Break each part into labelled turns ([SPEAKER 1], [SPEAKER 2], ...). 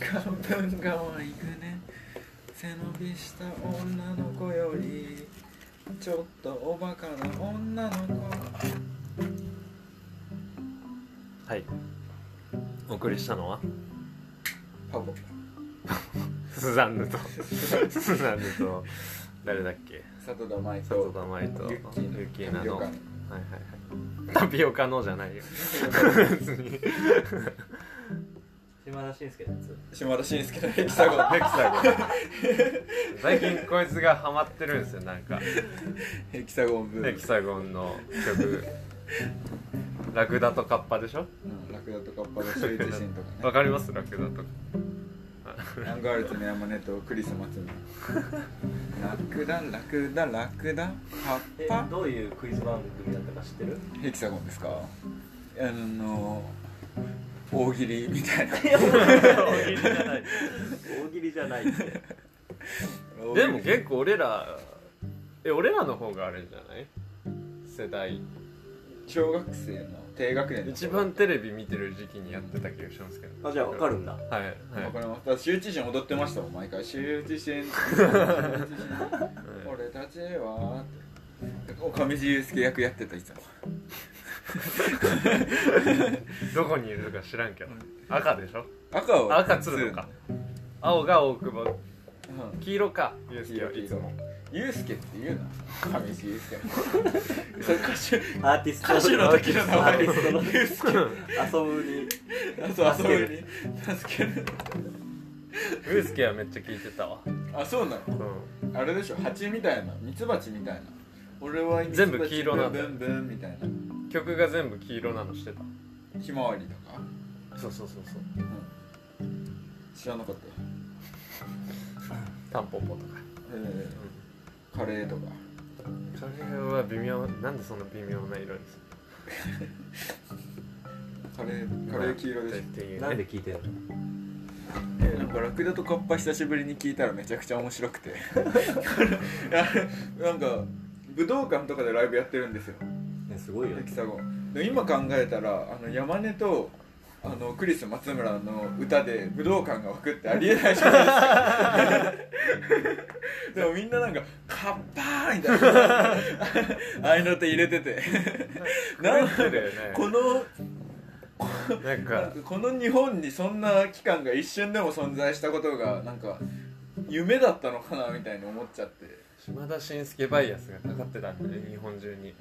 [SPEAKER 1] 川文化は行くね背伸びした女の子よりちょっとおバカな女の子
[SPEAKER 2] はいお送りしたのは
[SPEAKER 1] パボ
[SPEAKER 2] スザンヌと スザンヌと誰だっけ
[SPEAKER 1] 里田舞
[SPEAKER 2] 佐藤
[SPEAKER 1] と
[SPEAKER 2] 田舞と
[SPEAKER 1] ユ
[SPEAKER 2] ユ
[SPEAKER 1] ッキーの
[SPEAKER 2] ッキーナの
[SPEAKER 1] よ
[SPEAKER 2] は
[SPEAKER 1] か
[SPEAKER 2] いはいはいタピオカのじゃないよ別に
[SPEAKER 3] 島田紳介のやつ
[SPEAKER 1] 島田紳介のヘキサゴン
[SPEAKER 2] ヘキサゴン最近こいつがハマってるんですよなんか
[SPEAKER 1] ヘキサゴンブー
[SPEAKER 2] ヘ
[SPEAKER 1] ム
[SPEAKER 2] キサゴンの曲ラクダとカッパでしょ
[SPEAKER 1] うんラクダとカッパの周知心とかね
[SPEAKER 2] わかりますラクダと
[SPEAKER 1] アンガールズの山根とクリスマスのラクダラクダラクダ
[SPEAKER 3] え
[SPEAKER 1] カッパ
[SPEAKER 3] どういうクイズ番組だったか知ってる
[SPEAKER 1] ヘキサゴンですかあの大喜利みたいな
[SPEAKER 3] 大喜利じゃない大喜利じゃないって
[SPEAKER 2] カでも結構俺らえ俺らの方があれじゃない世代
[SPEAKER 1] 小学生の低学年の頃
[SPEAKER 2] 一番テレビ見てる時期にやってた気がしますけど
[SPEAKER 3] あじゃあわかるんだ
[SPEAKER 2] はいはい
[SPEAKER 1] わかります。だから羞恥心踊ってましたもん、毎回。羞恥心、羞恥心、 俺たちはって。上地雄介役やってた、いつも。
[SPEAKER 2] どこにいるのか知らんけど赤でしょ
[SPEAKER 1] 赤を。
[SPEAKER 2] 赤鶴のか。青が大久保
[SPEAKER 1] うん。
[SPEAKER 2] 黄色かユース
[SPEAKER 1] 黄
[SPEAKER 2] ケ
[SPEAKER 1] 色
[SPEAKER 2] はいつも
[SPEAKER 1] 雄介って言うな。上地雄介。それ歌手、
[SPEAKER 3] アーティス ト
[SPEAKER 1] 歌手の時の名前
[SPEAKER 3] ア ーティストの遊ぶに
[SPEAKER 1] あそう、遊びに。助ける。
[SPEAKER 2] ユースケはめっちゃ聞いてたわ、
[SPEAKER 1] あ、そうなの
[SPEAKER 2] うん、
[SPEAKER 1] あれでしょ、蜂みたいな。蜜蜂みたいな。俺は今
[SPEAKER 2] 全部黄色なんだ
[SPEAKER 1] ブンブンブンみたいな。
[SPEAKER 2] 曲が全部黄色なのしてた
[SPEAKER 1] ひまわりとか。
[SPEAKER 2] そうそうそうそう
[SPEAKER 1] 知らなかった。
[SPEAKER 2] タンポポとか、
[SPEAKER 1] えー、カレーとか。
[SPEAKER 2] カレーは微妙なんでそんな微妙な色にする
[SPEAKER 1] カレー、カレー黄色でしょ
[SPEAKER 2] っ。ていう、ね、
[SPEAKER 3] なんで聞いてんの
[SPEAKER 1] えなんかラクダとカッパ久しぶりに聞いたらめちゃくちゃ面白 くて あのなんか武道館とかでライブやってるんですよ
[SPEAKER 3] ねすごいよ
[SPEAKER 1] ヘ
[SPEAKER 3] ね
[SPEAKER 1] キサゴンで今考えたらあの山根とあのクリス松村の歌で武道館が湧くってありえないじゃないですかでもみんななんか「カッパー!」みたいなああいうのって入れててなんか
[SPEAKER 2] なんだよね
[SPEAKER 1] この
[SPEAKER 2] なん
[SPEAKER 1] なん
[SPEAKER 2] か
[SPEAKER 1] かこの日本にそんな期間が一瞬でも存在したことがなんか夢だったのかなみたいに思っちゃって、
[SPEAKER 2] 島田紳介バイアスがかかってたんだよね日本中に、
[SPEAKER 1] う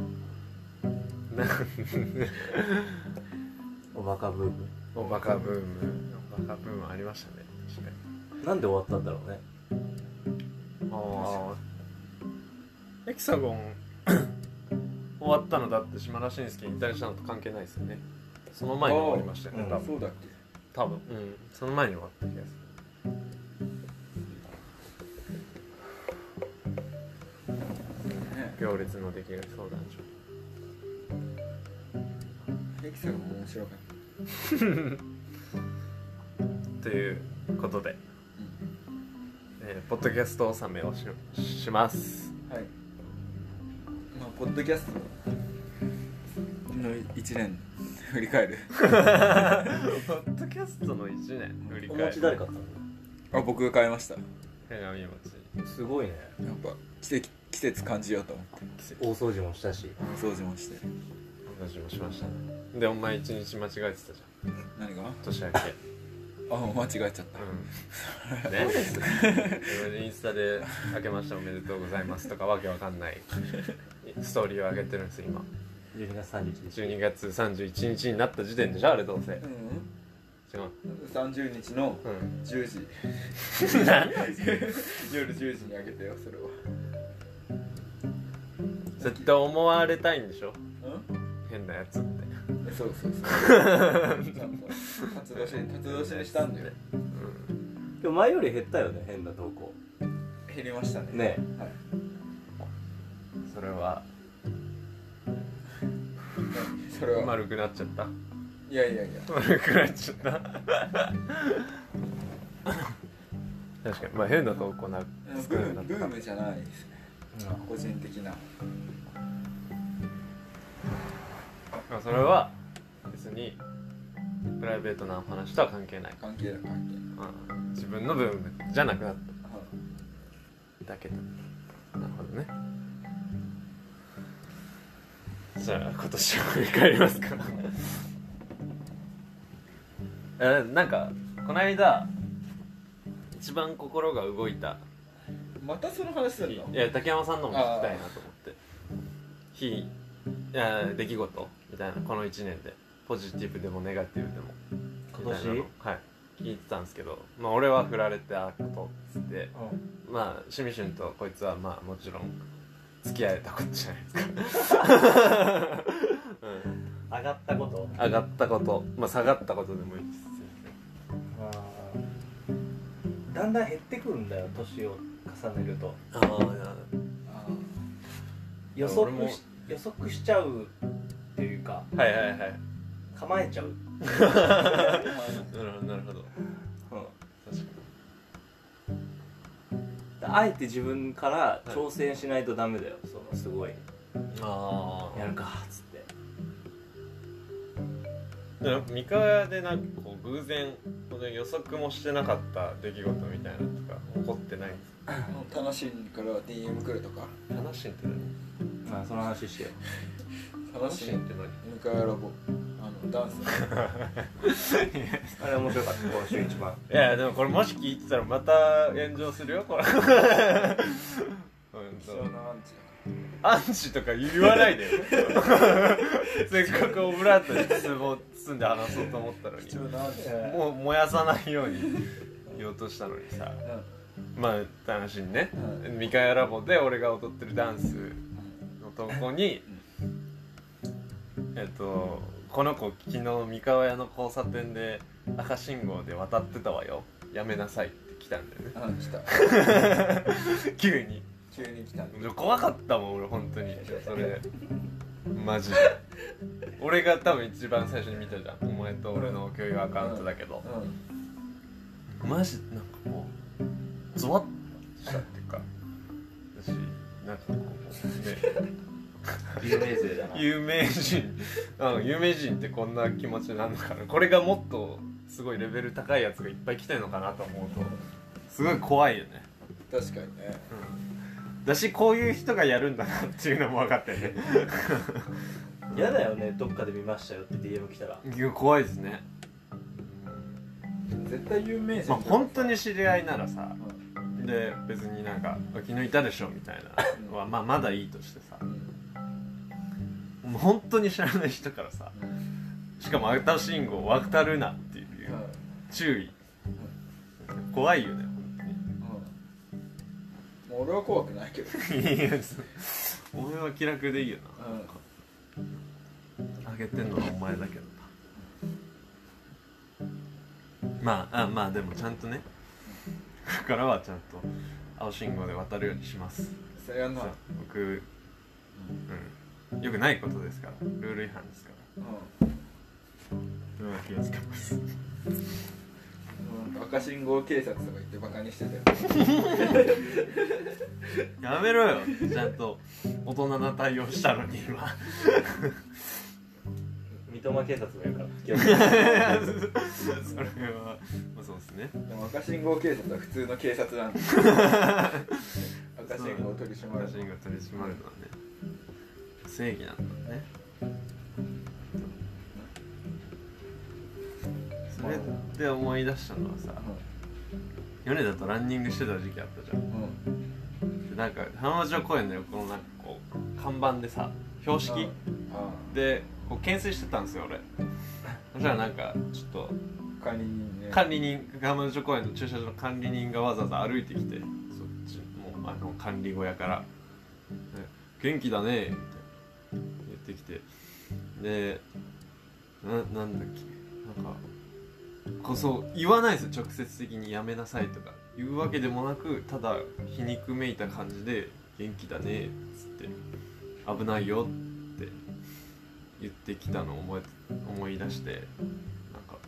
[SPEAKER 2] うん、なん
[SPEAKER 3] おバカブーム
[SPEAKER 2] おバカブームおバカブームありましたね確かに
[SPEAKER 3] なんで終わったんだろうね
[SPEAKER 2] ああエキサゴン終わったのだって島田紳介引退したのと関係ないですよねその前に終わりましたよね
[SPEAKER 3] あ
[SPEAKER 2] 多
[SPEAKER 3] ー
[SPEAKER 1] ん、
[SPEAKER 2] 分、
[SPEAKER 1] そうだっ
[SPEAKER 2] 多分うんその前に終わった気がす
[SPEAKER 1] け、ね、
[SPEAKER 2] る行列の出来が相談所
[SPEAKER 1] エキサゴン面白かっ
[SPEAKER 2] ということで、えーポッドキャスト納めをしします
[SPEAKER 1] たはいまあポッドキャストの1年振り返る
[SPEAKER 2] ポッドキャストの1年振り
[SPEAKER 3] お
[SPEAKER 2] 返
[SPEAKER 3] 餅誰
[SPEAKER 2] る
[SPEAKER 3] 買ったの
[SPEAKER 1] あ僕が買いましたや
[SPEAKER 2] 鏡餅
[SPEAKER 3] すごいね
[SPEAKER 1] っぱ季節季節感じようと思って
[SPEAKER 3] 大掃除もしたし
[SPEAKER 1] 掃除もして
[SPEAKER 2] 私もしましたねでお前一日間違えてたじゃ
[SPEAKER 1] 何が
[SPEAKER 2] ん年明け
[SPEAKER 1] あ間違えちゃっ
[SPEAKER 2] うん、 ねインスタで「明けましておめでとうございます」とかわけわかんないストーリーを上げてるんです今
[SPEAKER 3] 12月30日でしょ
[SPEAKER 2] 12月31日になった時点でしょあれどうせ
[SPEAKER 1] たうん
[SPEAKER 2] 違う、
[SPEAKER 1] 30日の
[SPEAKER 2] うん、
[SPEAKER 1] 10時 夜10時にあげてよそれは
[SPEAKER 2] 絶対思われたいんでしょ
[SPEAKER 1] うん
[SPEAKER 2] 変なやつって
[SPEAKER 1] そうそう そう。ちゃんと辰年辰年にしたんだよ。
[SPEAKER 3] でも前より減ったよね変な投稿
[SPEAKER 1] 減りましたね。
[SPEAKER 3] ね
[SPEAKER 1] はい。
[SPEAKER 2] それは
[SPEAKER 1] それは。
[SPEAKER 2] 丸くなっちゃった
[SPEAKER 1] いやいやいや。
[SPEAKER 2] 丸くなっちゃった確かにまあ変な投稿な
[SPEAKER 1] ブ
[SPEAKER 2] 少なくな
[SPEAKER 1] ーム
[SPEAKER 2] っ
[SPEAKER 1] ブ
[SPEAKER 2] た
[SPEAKER 1] ームじゃないですね。個人的な。
[SPEAKER 2] まあそれは別にプライベートな話とは関係ない、
[SPEAKER 1] 関係ない関
[SPEAKER 2] うん自分の部分じゃなくなっ
[SPEAKER 1] 係ない
[SPEAKER 2] ただけだなるほどねじゃあ今年を振り返りますか えなんかこの間一番心が動いた
[SPEAKER 1] またその話するの
[SPEAKER 2] いや竹山さんのも聞きたいなと思って日いや出来事みたいなこの1年でポジティブでもネガティブでも
[SPEAKER 3] 今
[SPEAKER 2] みたいな
[SPEAKER 3] 年
[SPEAKER 2] のはい聞いてたんですけど、まあ、俺は振られたことっつってまあしみしゅんとこいつはまあもちろん付き合えたことじゃないですか、うん
[SPEAKER 3] 上がったこと
[SPEAKER 2] 上がったことまあ下がったことでもいいです
[SPEAKER 3] あーだんだん減ってくるんだよ年を重ねると
[SPEAKER 2] ああ
[SPEAKER 1] あ
[SPEAKER 3] 予
[SPEAKER 2] 俺も
[SPEAKER 3] 測し予測しちゃうっていうか
[SPEAKER 2] はいはいはいなる
[SPEAKER 3] 構えちゃう
[SPEAKER 2] ほどなるほど確かに
[SPEAKER 3] あえて自分から挑戦しないとダメだよ、そのすごい
[SPEAKER 2] あ
[SPEAKER 3] やるかっつって
[SPEAKER 2] でなんか三河屋でなんかこう偶然この予測もしてなかった出来事みたいなのとか起こってないんです
[SPEAKER 1] あ楽しいから DM 来るとか
[SPEAKER 2] か楽しんって何
[SPEAKER 3] まあその話してよ
[SPEAKER 1] 楽しい
[SPEAKER 2] って
[SPEAKER 1] 迎えやろうあのダンス
[SPEAKER 2] 何い
[SPEAKER 3] あれ面白かった今週一番
[SPEAKER 2] やいやでもこれもし聞いてたらまた炎上するよこれ 本
[SPEAKER 1] 貴
[SPEAKER 2] 当
[SPEAKER 1] 重なアンチ
[SPEAKER 2] アンチとか言わないでよ せっかくオブラートに包を包んで話そうと思ったのに
[SPEAKER 1] 貴重なアンチ
[SPEAKER 2] もう燃やさないように言おうとしたのにさまあ楽しいね、
[SPEAKER 1] う
[SPEAKER 2] ミカヤラボで俺が踊ってるダンスの投稿に、えっとこの子昨日三河屋の交差点で赤信号で渡ってたわよやめなさいって来たんだよ
[SPEAKER 1] う
[SPEAKER 2] ね
[SPEAKER 1] ん来た
[SPEAKER 2] 急に
[SPEAKER 1] 急に来た
[SPEAKER 2] で怖かったもん俺本当にそれマジで俺が多分一番最初に見たじゃんお前と俺の共有アカウントだけど、
[SPEAKER 1] う
[SPEAKER 2] マジなんかこうゾワッとしたっていうか私なんかこうね
[SPEAKER 3] 有名勢だな
[SPEAKER 2] 有名 人うん有名人ってこんな気持ちなのかなこれがもっとすごいレベル高いやつがいっぱい来てるのかなと思うとすごい怖いよね、
[SPEAKER 1] ん確かにね
[SPEAKER 2] うん、だしこういう人がやるんだなっていうのも分かったよね
[SPEAKER 3] 嫌だよねどっかで見ましたよって DM 来たら
[SPEAKER 2] いや怖いですね、
[SPEAKER 1] 絶対有名人
[SPEAKER 2] まあ本当に知り合いならさ
[SPEAKER 1] うん
[SPEAKER 2] で別になんか「昨日いたでしょ」みたいなのは、まあ、まだいいとしてさ
[SPEAKER 1] うん
[SPEAKER 2] もう本当に知らない人からさ
[SPEAKER 1] うん
[SPEAKER 2] しかも赤信号渡るなっていう注意怖いよね
[SPEAKER 1] うんもう俺は怖くないけど
[SPEAKER 2] 本当にいや俺は気楽でいいよ
[SPEAKER 1] うん
[SPEAKER 2] なあげてんのはお前だけどなまああまあでもちゃんとねこれからはちゃんと青信号で渡るようにします
[SPEAKER 1] それはな
[SPEAKER 2] そう僕、うん、よくないことですからルール違反ですから
[SPEAKER 1] う
[SPEAKER 2] それは気をつけます
[SPEAKER 1] んうん赤信号警察とか言ってバカにしてたよ
[SPEAKER 2] やめろよちゃんと大人な対応したのに今
[SPEAKER 3] 三笘警察がいる から
[SPEAKER 2] それは、まあ、そうですね
[SPEAKER 1] でも赤信号警察は普通の警察なんで赤信号取り締まる
[SPEAKER 2] 写真が取り締まるのはね正義なんだねそれで思い出したのはさ米田とランニングしてた時期あったじゃん
[SPEAKER 1] うんうん
[SPEAKER 2] でなんか浜松町公園の横のなんかこう看板でさ標識
[SPEAKER 1] あ
[SPEAKER 2] でこう牽制してたんですよ俺そしたらなんかちょっと
[SPEAKER 1] あ管理人ね
[SPEAKER 2] 管理人浜松町公園の駐車場の管理人がわざわざ歩いてきてそっちもうあの管理小屋から「元気だね」って言ってきてでななんだっけなんかこうそう言わないですよ直接的に「やめなさい」とか言うわけでもなくただ皮肉めいた感じで「元気だね」っつって「危ないよ」って言ってきたのを覚えて思い出してなんか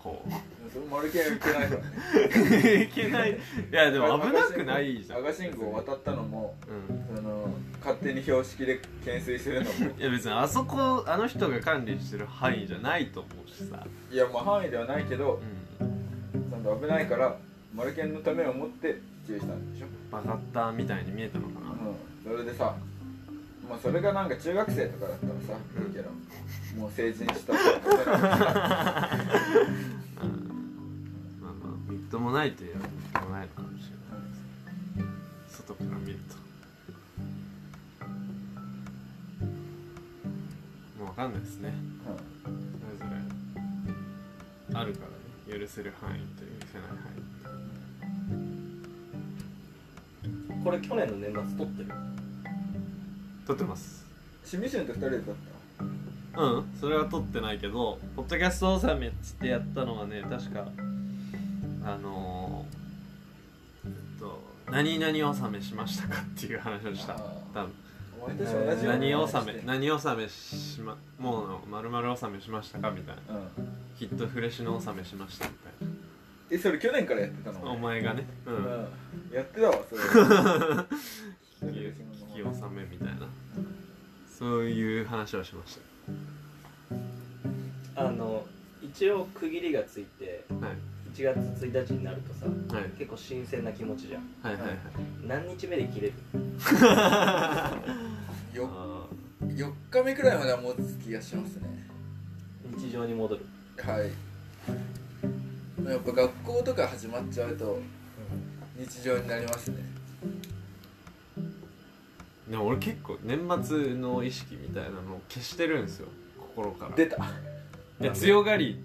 [SPEAKER 2] ここ
[SPEAKER 1] それ丸系は行けないからね
[SPEAKER 2] ういけないいやでも危なくない じゃん
[SPEAKER 1] 赤信号渡ったのも
[SPEAKER 2] うん
[SPEAKER 1] その勝手に標識で懸垂するのも
[SPEAKER 2] いや別にあそこあの人が管理してる範囲じゃないと思うしさ、
[SPEAKER 1] いやまあ範囲ではないけど
[SPEAKER 2] うん、
[SPEAKER 1] ちゃんと危ないから丸犬のためを思って注意したんでしょ、
[SPEAKER 2] バカッターみたいに見えたのかな
[SPEAKER 1] うん、それでさまあそれがなんか中学生とかだったらさいいけどもう成人したから
[SPEAKER 2] まあまあみっともないといえばみっともないのかもしれない外から見るともうわかんないですね
[SPEAKER 1] う
[SPEAKER 2] それぞれあるからね許せる範囲と許せない範囲
[SPEAKER 3] これ去年の年末撮ってる
[SPEAKER 2] 撮ってま
[SPEAKER 1] ん
[SPEAKER 2] す
[SPEAKER 1] シミシュンと二人で撮っ
[SPEAKER 2] うんそれは撮ってないけどポッドキャスト納めっつってやったのはね確かあのー、えっと「何々納めしましたか?」っていう話をした
[SPEAKER 1] あー
[SPEAKER 2] 多
[SPEAKER 1] た
[SPEAKER 2] 分
[SPEAKER 1] お前たち同じような
[SPEAKER 2] 何
[SPEAKER 1] 話
[SPEAKER 2] 納
[SPEAKER 1] して
[SPEAKER 2] め何納めしまもうまるまる納めしましたかみたいな
[SPEAKER 1] うん
[SPEAKER 2] きっとフレッシュの納めしましたみたい
[SPEAKER 1] えそれ去年からやってた
[SPEAKER 2] な
[SPEAKER 1] の
[SPEAKER 2] お前がねう
[SPEAKER 1] うん
[SPEAKER 2] ん
[SPEAKER 1] やってたわそれ
[SPEAKER 2] 聞き聞き納めみたいなそういう話をしまし
[SPEAKER 3] あの一応区切りがついて
[SPEAKER 2] たはい
[SPEAKER 3] 1月1日になるとさ
[SPEAKER 2] はい
[SPEAKER 3] 結構新鮮な気持ちじゃん
[SPEAKER 2] はいはいはい
[SPEAKER 3] 何日目で切れる
[SPEAKER 1] よ
[SPEAKER 2] あ
[SPEAKER 1] 4日目くらいまでは持つ気がしますね
[SPEAKER 3] 日常に戻る
[SPEAKER 1] はいやっぱ学校とか始まっちゃうと日常になりますね
[SPEAKER 2] ーでも俺結構年末の意識みたいなのを消してるんですよ心から
[SPEAKER 1] 出た
[SPEAKER 2] いや強がり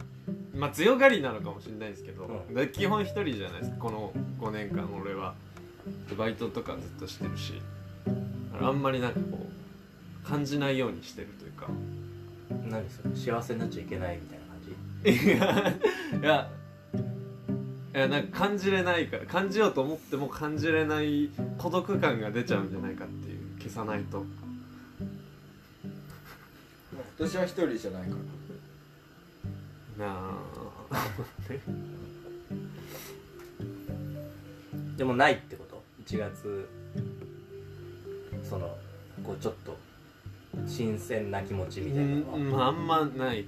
[SPEAKER 2] まあ強がりなのかもしれないですけど、
[SPEAKER 3] う
[SPEAKER 2] で基本一人じゃないですかこの5年間俺はバイトとかずっとしてるしだからあんまりなんかこう感じないようにしてるというか
[SPEAKER 3] 何それ幸せになっちゃいけないみたいな感じ
[SPEAKER 2] いやいやいやなんか感じれないから感じようと思っても感じれない孤独感が出ちゃうんじゃないかっていう消さないと
[SPEAKER 1] 今年は一人じゃないから
[SPEAKER 2] なあ
[SPEAKER 3] でもないってこと1月そのこうちょっと新鮮な気持ち
[SPEAKER 2] う
[SPEAKER 3] みたいなのは、
[SPEAKER 2] んまああんまない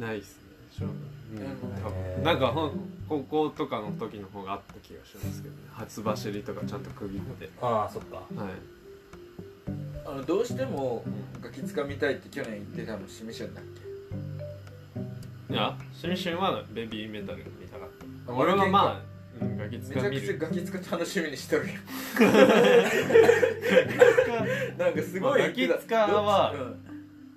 [SPEAKER 2] ないっすね正直
[SPEAKER 1] うん
[SPEAKER 2] 多
[SPEAKER 3] へ
[SPEAKER 2] 分
[SPEAKER 3] ー
[SPEAKER 2] なんかほん高校とかの時の方があった気がしますけどね初走りとかちゃんと区切って
[SPEAKER 3] ああそっか
[SPEAKER 2] はい
[SPEAKER 1] あのどうしてもガキつかみたいって去年言ってたのシミシュンだっけ
[SPEAKER 2] いやシンシンはベビーメタル見たかった
[SPEAKER 1] あ
[SPEAKER 2] 俺は
[SPEAKER 1] 俺
[SPEAKER 2] まあ、うん、ガキつ
[SPEAKER 1] め
[SPEAKER 2] か
[SPEAKER 1] ちゃ
[SPEAKER 2] 見
[SPEAKER 1] くちゃ
[SPEAKER 2] る
[SPEAKER 1] ガキつか楽しみに してるよなんかすごい言ってた
[SPEAKER 2] まあガキ使は
[SPEAKER 1] うん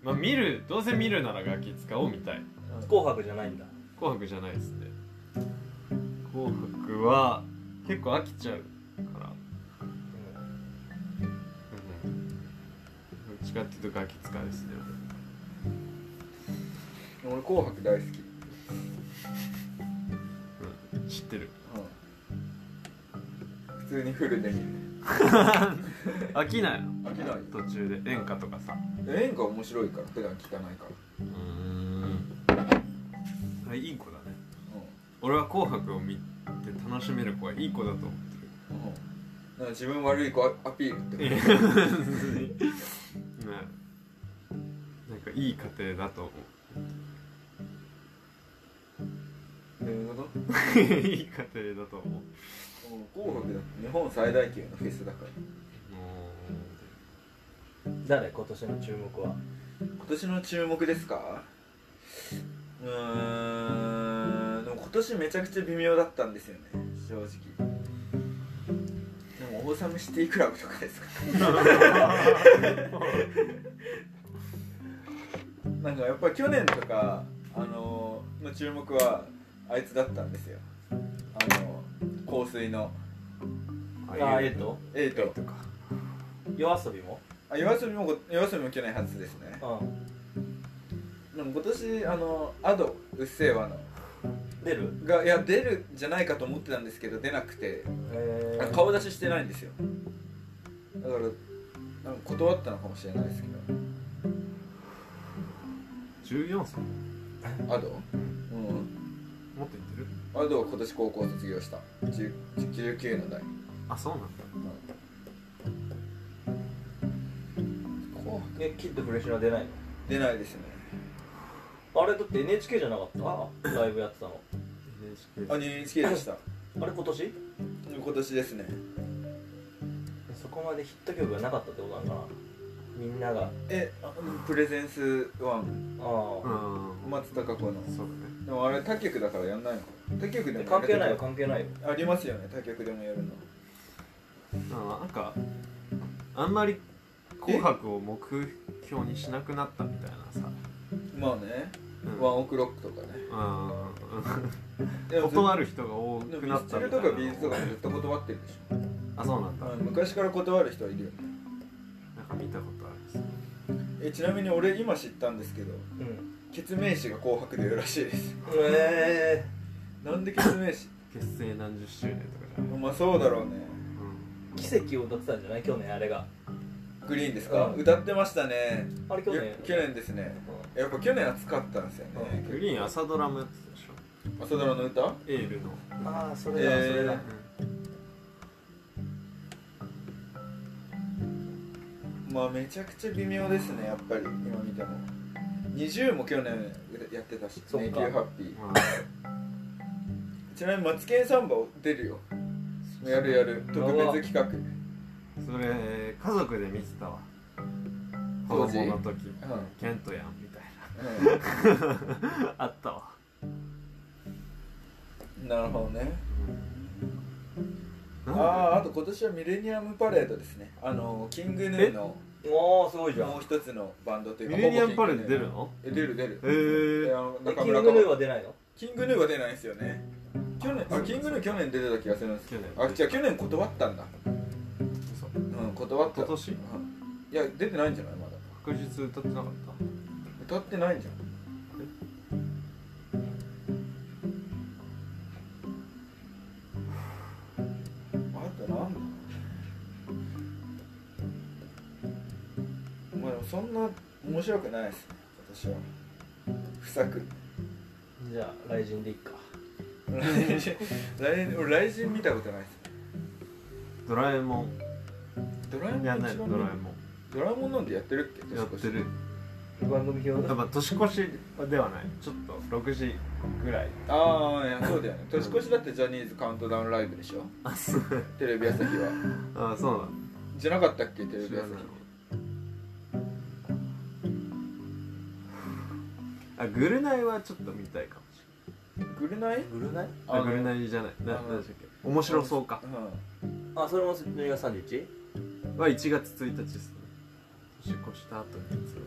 [SPEAKER 2] まあ見るどうせ見るならガキ使を見たい
[SPEAKER 3] 紅白じゃないんだ
[SPEAKER 2] 紅白じゃないですね紅白は結構飽きちゃうから、うん、どっちかっていうとガキ使ですね
[SPEAKER 1] 俺紅白大好き、
[SPEAKER 2] 俺うん知ってる
[SPEAKER 1] うん、普通にフルで見る
[SPEAKER 2] 飽きないの
[SPEAKER 1] 飽きない
[SPEAKER 2] 途中で演歌とかさ
[SPEAKER 1] 演歌面白いから普段聞かないから、
[SPEAKER 2] うんあいい子だね
[SPEAKER 1] う
[SPEAKER 2] 俺は「紅白」を見て楽しめる子はいい子だと思ってる
[SPEAKER 1] んうん、なんか自分悪い子アピールって
[SPEAKER 2] ねなんかいい家庭だと思
[SPEAKER 1] どういうこと
[SPEAKER 2] ういい家庭だと思う
[SPEAKER 1] 紅白だって日本最大級のフェスだから
[SPEAKER 3] 誰今年の注目は
[SPEAKER 1] 今年の注目ですかうーんでも今年めちゃくちゃ微妙だったんですよね正直でもオーサムシティクラブとかですか なんかやっぱり去年とかあのの注目はあいつだったんですよあの香水の
[SPEAKER 3] ああえっと
[SPEAKER 1] エイト
[SPEAKER 2] とか
[SPEAKER 3] 夜遊びも
[SPEAKER 1] あ夜遊びも夜遊びも去年初ですね
[SPEAKER 3] うん
[SPEAKER 1] でも今年あのアドうっせぇわの
[SPEAKER 3] 出る
[SPEAKER 1] がいや出るんじゃないかと思ってたんですけど出なくて
[SPEAKER 3] え
[SPEAKER 1] あ顔出ししてないんですよだからなんか断ったのかもしれないですけ
[SPEAKER 2] 14歳
[SPEAKER 1] どアドうん
[SPEAKER 2] もっと言ってる
[SPEAKER 1] あれどう今年高校卒業した10 19の代
[SPEAKER 2] あそうなんだ
[SPEAKER 1] こう
[SPEAKER 3] えキッドフレッシュな出ない
[SPEAKER 1] 出ないですね
[SPEAKER 3] のあれだって NHK じゃなかったライブやってたの
[SPEAKER 2] NHK
[SPEAKER 1] あ NHK でした
[SPEAKER 3] あれ今年
[SPEAKER 1] 今年ですね
[SPEAKER 3] そこまでヒット曲がなかったってことなのかなみんながあ
[SPEAKER 1] えあプレゼンス1
[SPEAKER 2] う
[SPEAKER 3] あ、
[SPEAKER 2] ん
[SPEAKER 1] 松たか子の
[SPEAKER 2] そうだね
[SPEAKER 1] でもあれ他局だからやんないの他局でも
[SPEAKER 3] 関係ない
[SPEAKER 1] や
[SPEAKER 3] よ
[SPEAKER 1] る時
[SPEAKER 3] 関係ないよ
[SPEAKER 1] ありますよね他局でもやるの
[SPEAKER 2] うんなんかあんまり「紅白」を目標にしなくなったみたいなさ
[SPEAKER 1] まあね、
[SPEAKER 2] うん
[SPEAKER 1] ワンオクロックとかね
[SPEAKER 2] うん
[SPEAKER 1] でもずっ
[SPEAKER 2] 断る人が多
[SPEAKER 1] でも
[SPEAKER 2] く
[SPEAKER 1] ミ
[SPEAKER 2] な
[SPEAKER 1] ス
[SPEAKER 2] っ
[SPEAKER 1] チ
[SPEAKER 2] た
[SPEAKER 1] ル
[SPEAKER 2] み
[SPEAKER 1] と
[SPEAKER 2] た
[SPEAKER 1] か
[SPEAKER 2] い
[SPEAKER 1] ビーズとかもずっと断ってるでしょ
[SPEAKER 2] なあそうなんだ
[SPEAKER 1] あの昔から断る人はいるよね
[SPEAKER 2] なんか見たことある
[SPEAKER 1] えちなみに俺今知ったんですけど
[SPEAKER 3] うん
[SPEAKER 1] ケツメイシが紅白でやるらしいです
[SPEAKER 3] え
[SPEAKER 1] なんでケツメイシ
[SPEAKER 2] 結成何十周年とかじゃな い、
[SPEAKER 1] まあそうだろうね
[SPEAKER 2] うん、
[SPEAKER 3] ー、奇跡を歌ってたんじゃない去年あれが
[SPEAKER 1] グリーンですか、
[SPEAKER 3] うん
[SPEAKER 1] 歌ってましたね
[SPEAKER 3] あれ去年
[SPEAKER 1] よ去年ですねやっぱ去年暑かったんですよね、
[SPEAKER 2] グリーン朝ドラもやってたでしょ
[SPEAKER 1] 朝ドラの歌
[SPEAKER 2] エールの、
[SPEAKER 3] うんああそれだ、それだ
[SPEAKER 1] えまあめちゃくちゃ微妙ですねやっぱり今見ても20も去年やってたし「
[SPEAKER 3] そ
[SPEAKER 1] ネ
[SPEAKER 3] っか
[SPEAKER 1] イキューハッピー
[SPEAKER 2] まあ」
[SPEAKER 1] ちなみに「マツケンサンバ」出るよやるやる特別企画
[SPEAKER 2] それ家族で見てたわ子
[SPEAKER 1] 当時
[SPEAKER 2] 供の
[SPEAKER 1] う
[SPEAKER 2] 時
[SPEAKER 1] んうん
[SPEAKER 2] ケントやんみたいなあったわ
[SPEAKER 1] なるほどね
[SPEAKER 2] なんで
[SPEAKER 1] ああーあと今年はミレニアムパレードですねあのキングヌーの
[SPEAKER 3] おおすごいじゃん
[SPEAKER 1] もう一つのバンドというか
[SPEAKER 2] ミレニアムパレード
[SPEAKER 1] ほぼキングヌえ
[SPEAKER 2] 出るの
[SPEAKER 1] 出る出る
[SPEAKER 2] へー
[SPEAKER 1] えあの
[SPEAKER 3] え
[SPEAKER 1] 中
[SPEAKER 3] キン
[SPEAKER 1] 村
[SPEAKER 3] グ
[SPEAKER 1] か
[SPEAKER 3] ヌーは出ないの
[SPEAKER 1] キングヌーは出ないですよね去年あキングヌー去年出てた気がするんですけどあ
[SPEAKER 2] 去年
[SPEAKER 1] 違う去年断ったんだ
[SPEAKER 2] 嘘
[SPEAKER 1] うん断った
[SPEAKER 2] 今年
[SPEAKER 1] うんいや出てないんじゃないまだ
[SPEAKER 2] 確実歌ってなかっ
[SPEAKER 1] 歌ってないんじゃんあとなんだまあでもそんな面白くないですね私は不作
[SPEAKER 3] じゃあ雷神でいっか
[SPEAKER 1] 雷神雷神俺雷神見たことないです
[SPEAKER 2] たドラえもん
[SPEAKER 1] ドラえもん
[SPEAKER 2] やんない
[SPEAKER 1] 一
[SPEAKER 2] の
[SPEAKER 1] 番
[SPEAKER 2] ドラえも
[SPEAKER 1] ドラえもんなんてやってるっけ
[SPEAKER 2] んやってる
[SPEAKER 3] 番組表
[SPEAKER 2] やっぱ年越しではないちょっと6時ぐらい
[SPEAKER 1] ああいやそうだよね年越しだってジャニーズカウントダウンライブでしょ
[SPEAKER 2] あそう
[SPEAKER 1] テレビ朝日は
[SPEAKER 2] あそうなんだ
[SPEAKER 1] じゃなかったっけテレ
[SPEAKER 2] 知
[SPEAKER 1] ビ
[SPEAKER 2] ら
[SPEAKER 1] 朝
[SPEAKER 2] ない
[SPEAKER 1] 日
[SPEAKER 2] あグルナイはちょっと見たいかもし
[SPEAKER 1] グルナイ
[SPEAKER 3] グルナ
[SPEAKER 2] れな
[SPEAKER 3] イ
[SPEAKER 2] いあグルナイじゃないな
[SPEAKER 1] あの
[SPEAKER 2] 何でしたっけ面白そうか
[SPEAKER 1] う
[SPEAKER 3] あそれも12月 31?
[SPEAKER 2] は1月1日ですね年越した後にやつ
[SPEAKER 1] ん、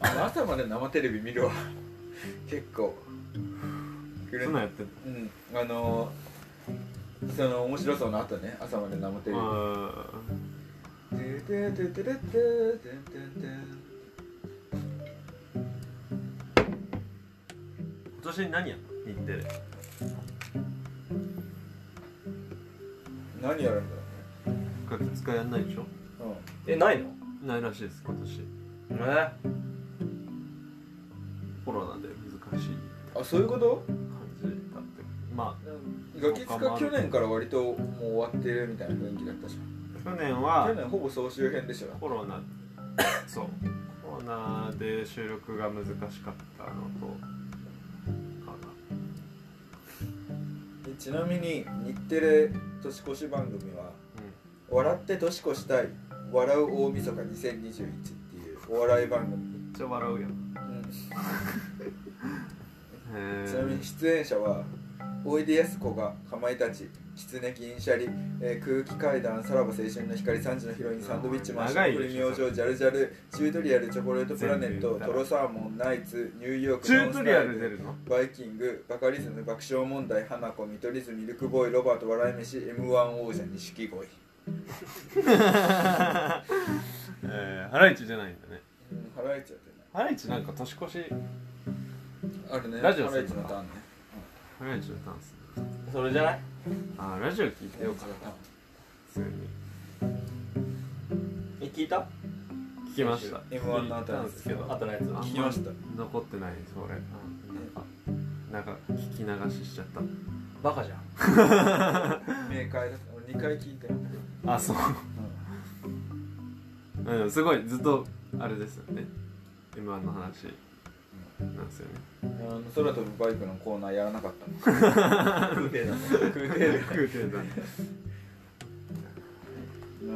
[SPEAKER 1] あの朝まで生テレビ見るわ 結構グ
[SPEAKER 2] そ
[SPEAKER 1] ル
[SPEAKER 2] ん
[SPEAKER 1] ナ
[SPEAKER 2] なん
[SPEAKER 1] イ
[SPEAKER 2] やってんの
[SPEAKER 1] うんあのー、その面白そうな後ね朝まで生テレビ
[SPEAKER 2] あ
[SPEAKER 1] トゥトゥトゥトゥトゥトゥトゥトゥトゥ
[SPEAKER 2] ー今年何やんの日テレ
[SPEAKER 1] 何やるんだろ
[SPEAKER 2] ガキ使いやんないでしょ
[SPEAKER 1] うね
[SPEAKER 3] えないの
[SPEAKER 2] ないらしいです今年
[SPEAKER 3] え
[SPEAKER 2] コロナで難しい
[SPEAKER 1] うんあそういうこと
[SPEAKER 2] 感じだってま
[SPEAKER 1] ガキ使去年から割ともう終わってるみたいな雰囲気だったじゃ
[SPEAKER 2] あ去年
[SPEAKER 1] ん去
[SPEAKER 2] は
[SPEAKER 1] 年ほぼ総集編でしょ
[SPEAKER 2] コロナそうコロナで収録が難しかったのとか
[SPEAKER 1] でちなみに日テレ年越し番組は「笑って年越したい笑う大晦日2021」っていうお笑い番組
[SPEAKER 2] な、うん、めっちゃ笑うやんへえ
[SPEAKER 1] ちなみに出演者はおいでやすこがかまいたちきつね銀シャリ、えー空気階段さらば青春の光3時のヒロインサンドウィッチマンショ
[SPEAKER 2] 長い
[SPEAKER 1] ッ
[SPEAKER 2] で
[SPEAKER 1] プ
[SPEAKER 2] しょ
[SPEAKER 1] リ明星ジャルジャルチュートリアルチョコレートプラネッ
[SPEAKER 2] 全部言
[SPEAKER 1] ト
[SPEAKER 2] った
[SPEAKER 1] トロサーモンナイツニューヨーク
[SPEAKER 2] チュー
[SPEAKER 1] ノ
[SPEAKER 2] ト
[SPEAKER 1] ンス
[SPEAKER 2] リ
[SPEAKER 1] タ
[SPEAKER 2] ア
[SPEAKER 1] イル
[SPEAKER 2] ル出るの
[SPEAKER 1] バイキング、バカリズム、爆笑問題、花子、見取り図、ミルクボーイ、ロバート、笑い飯、M1 王者、錦鯉。
[SPEAKER 2] えー、ハライチじゃないんだね
[SPEAKER 1] うん、ハライチやってな
[SPEAKER 2] ハライチなんか年越し
[SPEAKER 1] い。あるね、
[SPEAKER 2] ラジオ
[SPEAKER 1] ハ
[SPEAKER 2] す
[SPEAKER 1] ライ
[SPEAKER 2] る
[SPEAKER 1] チ
[SPEAKER 2] の
[SPEAKER 1] の
[SPEAKER 2] か
[SPEAKER 1] ターンね。
[SPEAKER 2] ハライチのダンス
[SPEAKER 3] それじゃない
[SPEAKER 2] あーラジオ聞いて
[SPEAKER 1] よ
[SPEAKER 2] よ
[SPEAKER 1] かっ。
[SPEAKER 2] かった普通に
[SPEAKER 3] え聞いた
[SPEAKER 2] 聞きました
[SPEAKER 1] M1 の後
[SPEAKER 2] 聞いたんですけど
[SPEAKER 3] あとのやつ
[SPEAKER 2] あ
[SPEAKER 1] 聞きました。
[SPEAKER 2] 残ってないです俺なんかなんか聞き流ししちゃっ
[SPEAKER 3] バカじゃん
[SPEAKER 1] 明快だった俺2回聞いてる、
[SPEAKER 2] たあそううんすごいずっとあれですよね m 1の話なんですよね
[SPEAKER 1] あの空飛ぶバイクのコーナーやらなかったの
[SPEAKER 3] 空挺だもん
[SPEAKER 1] 空挺だ
[SPEAKER 2] 空挺だ
[SPEAKER 1] なん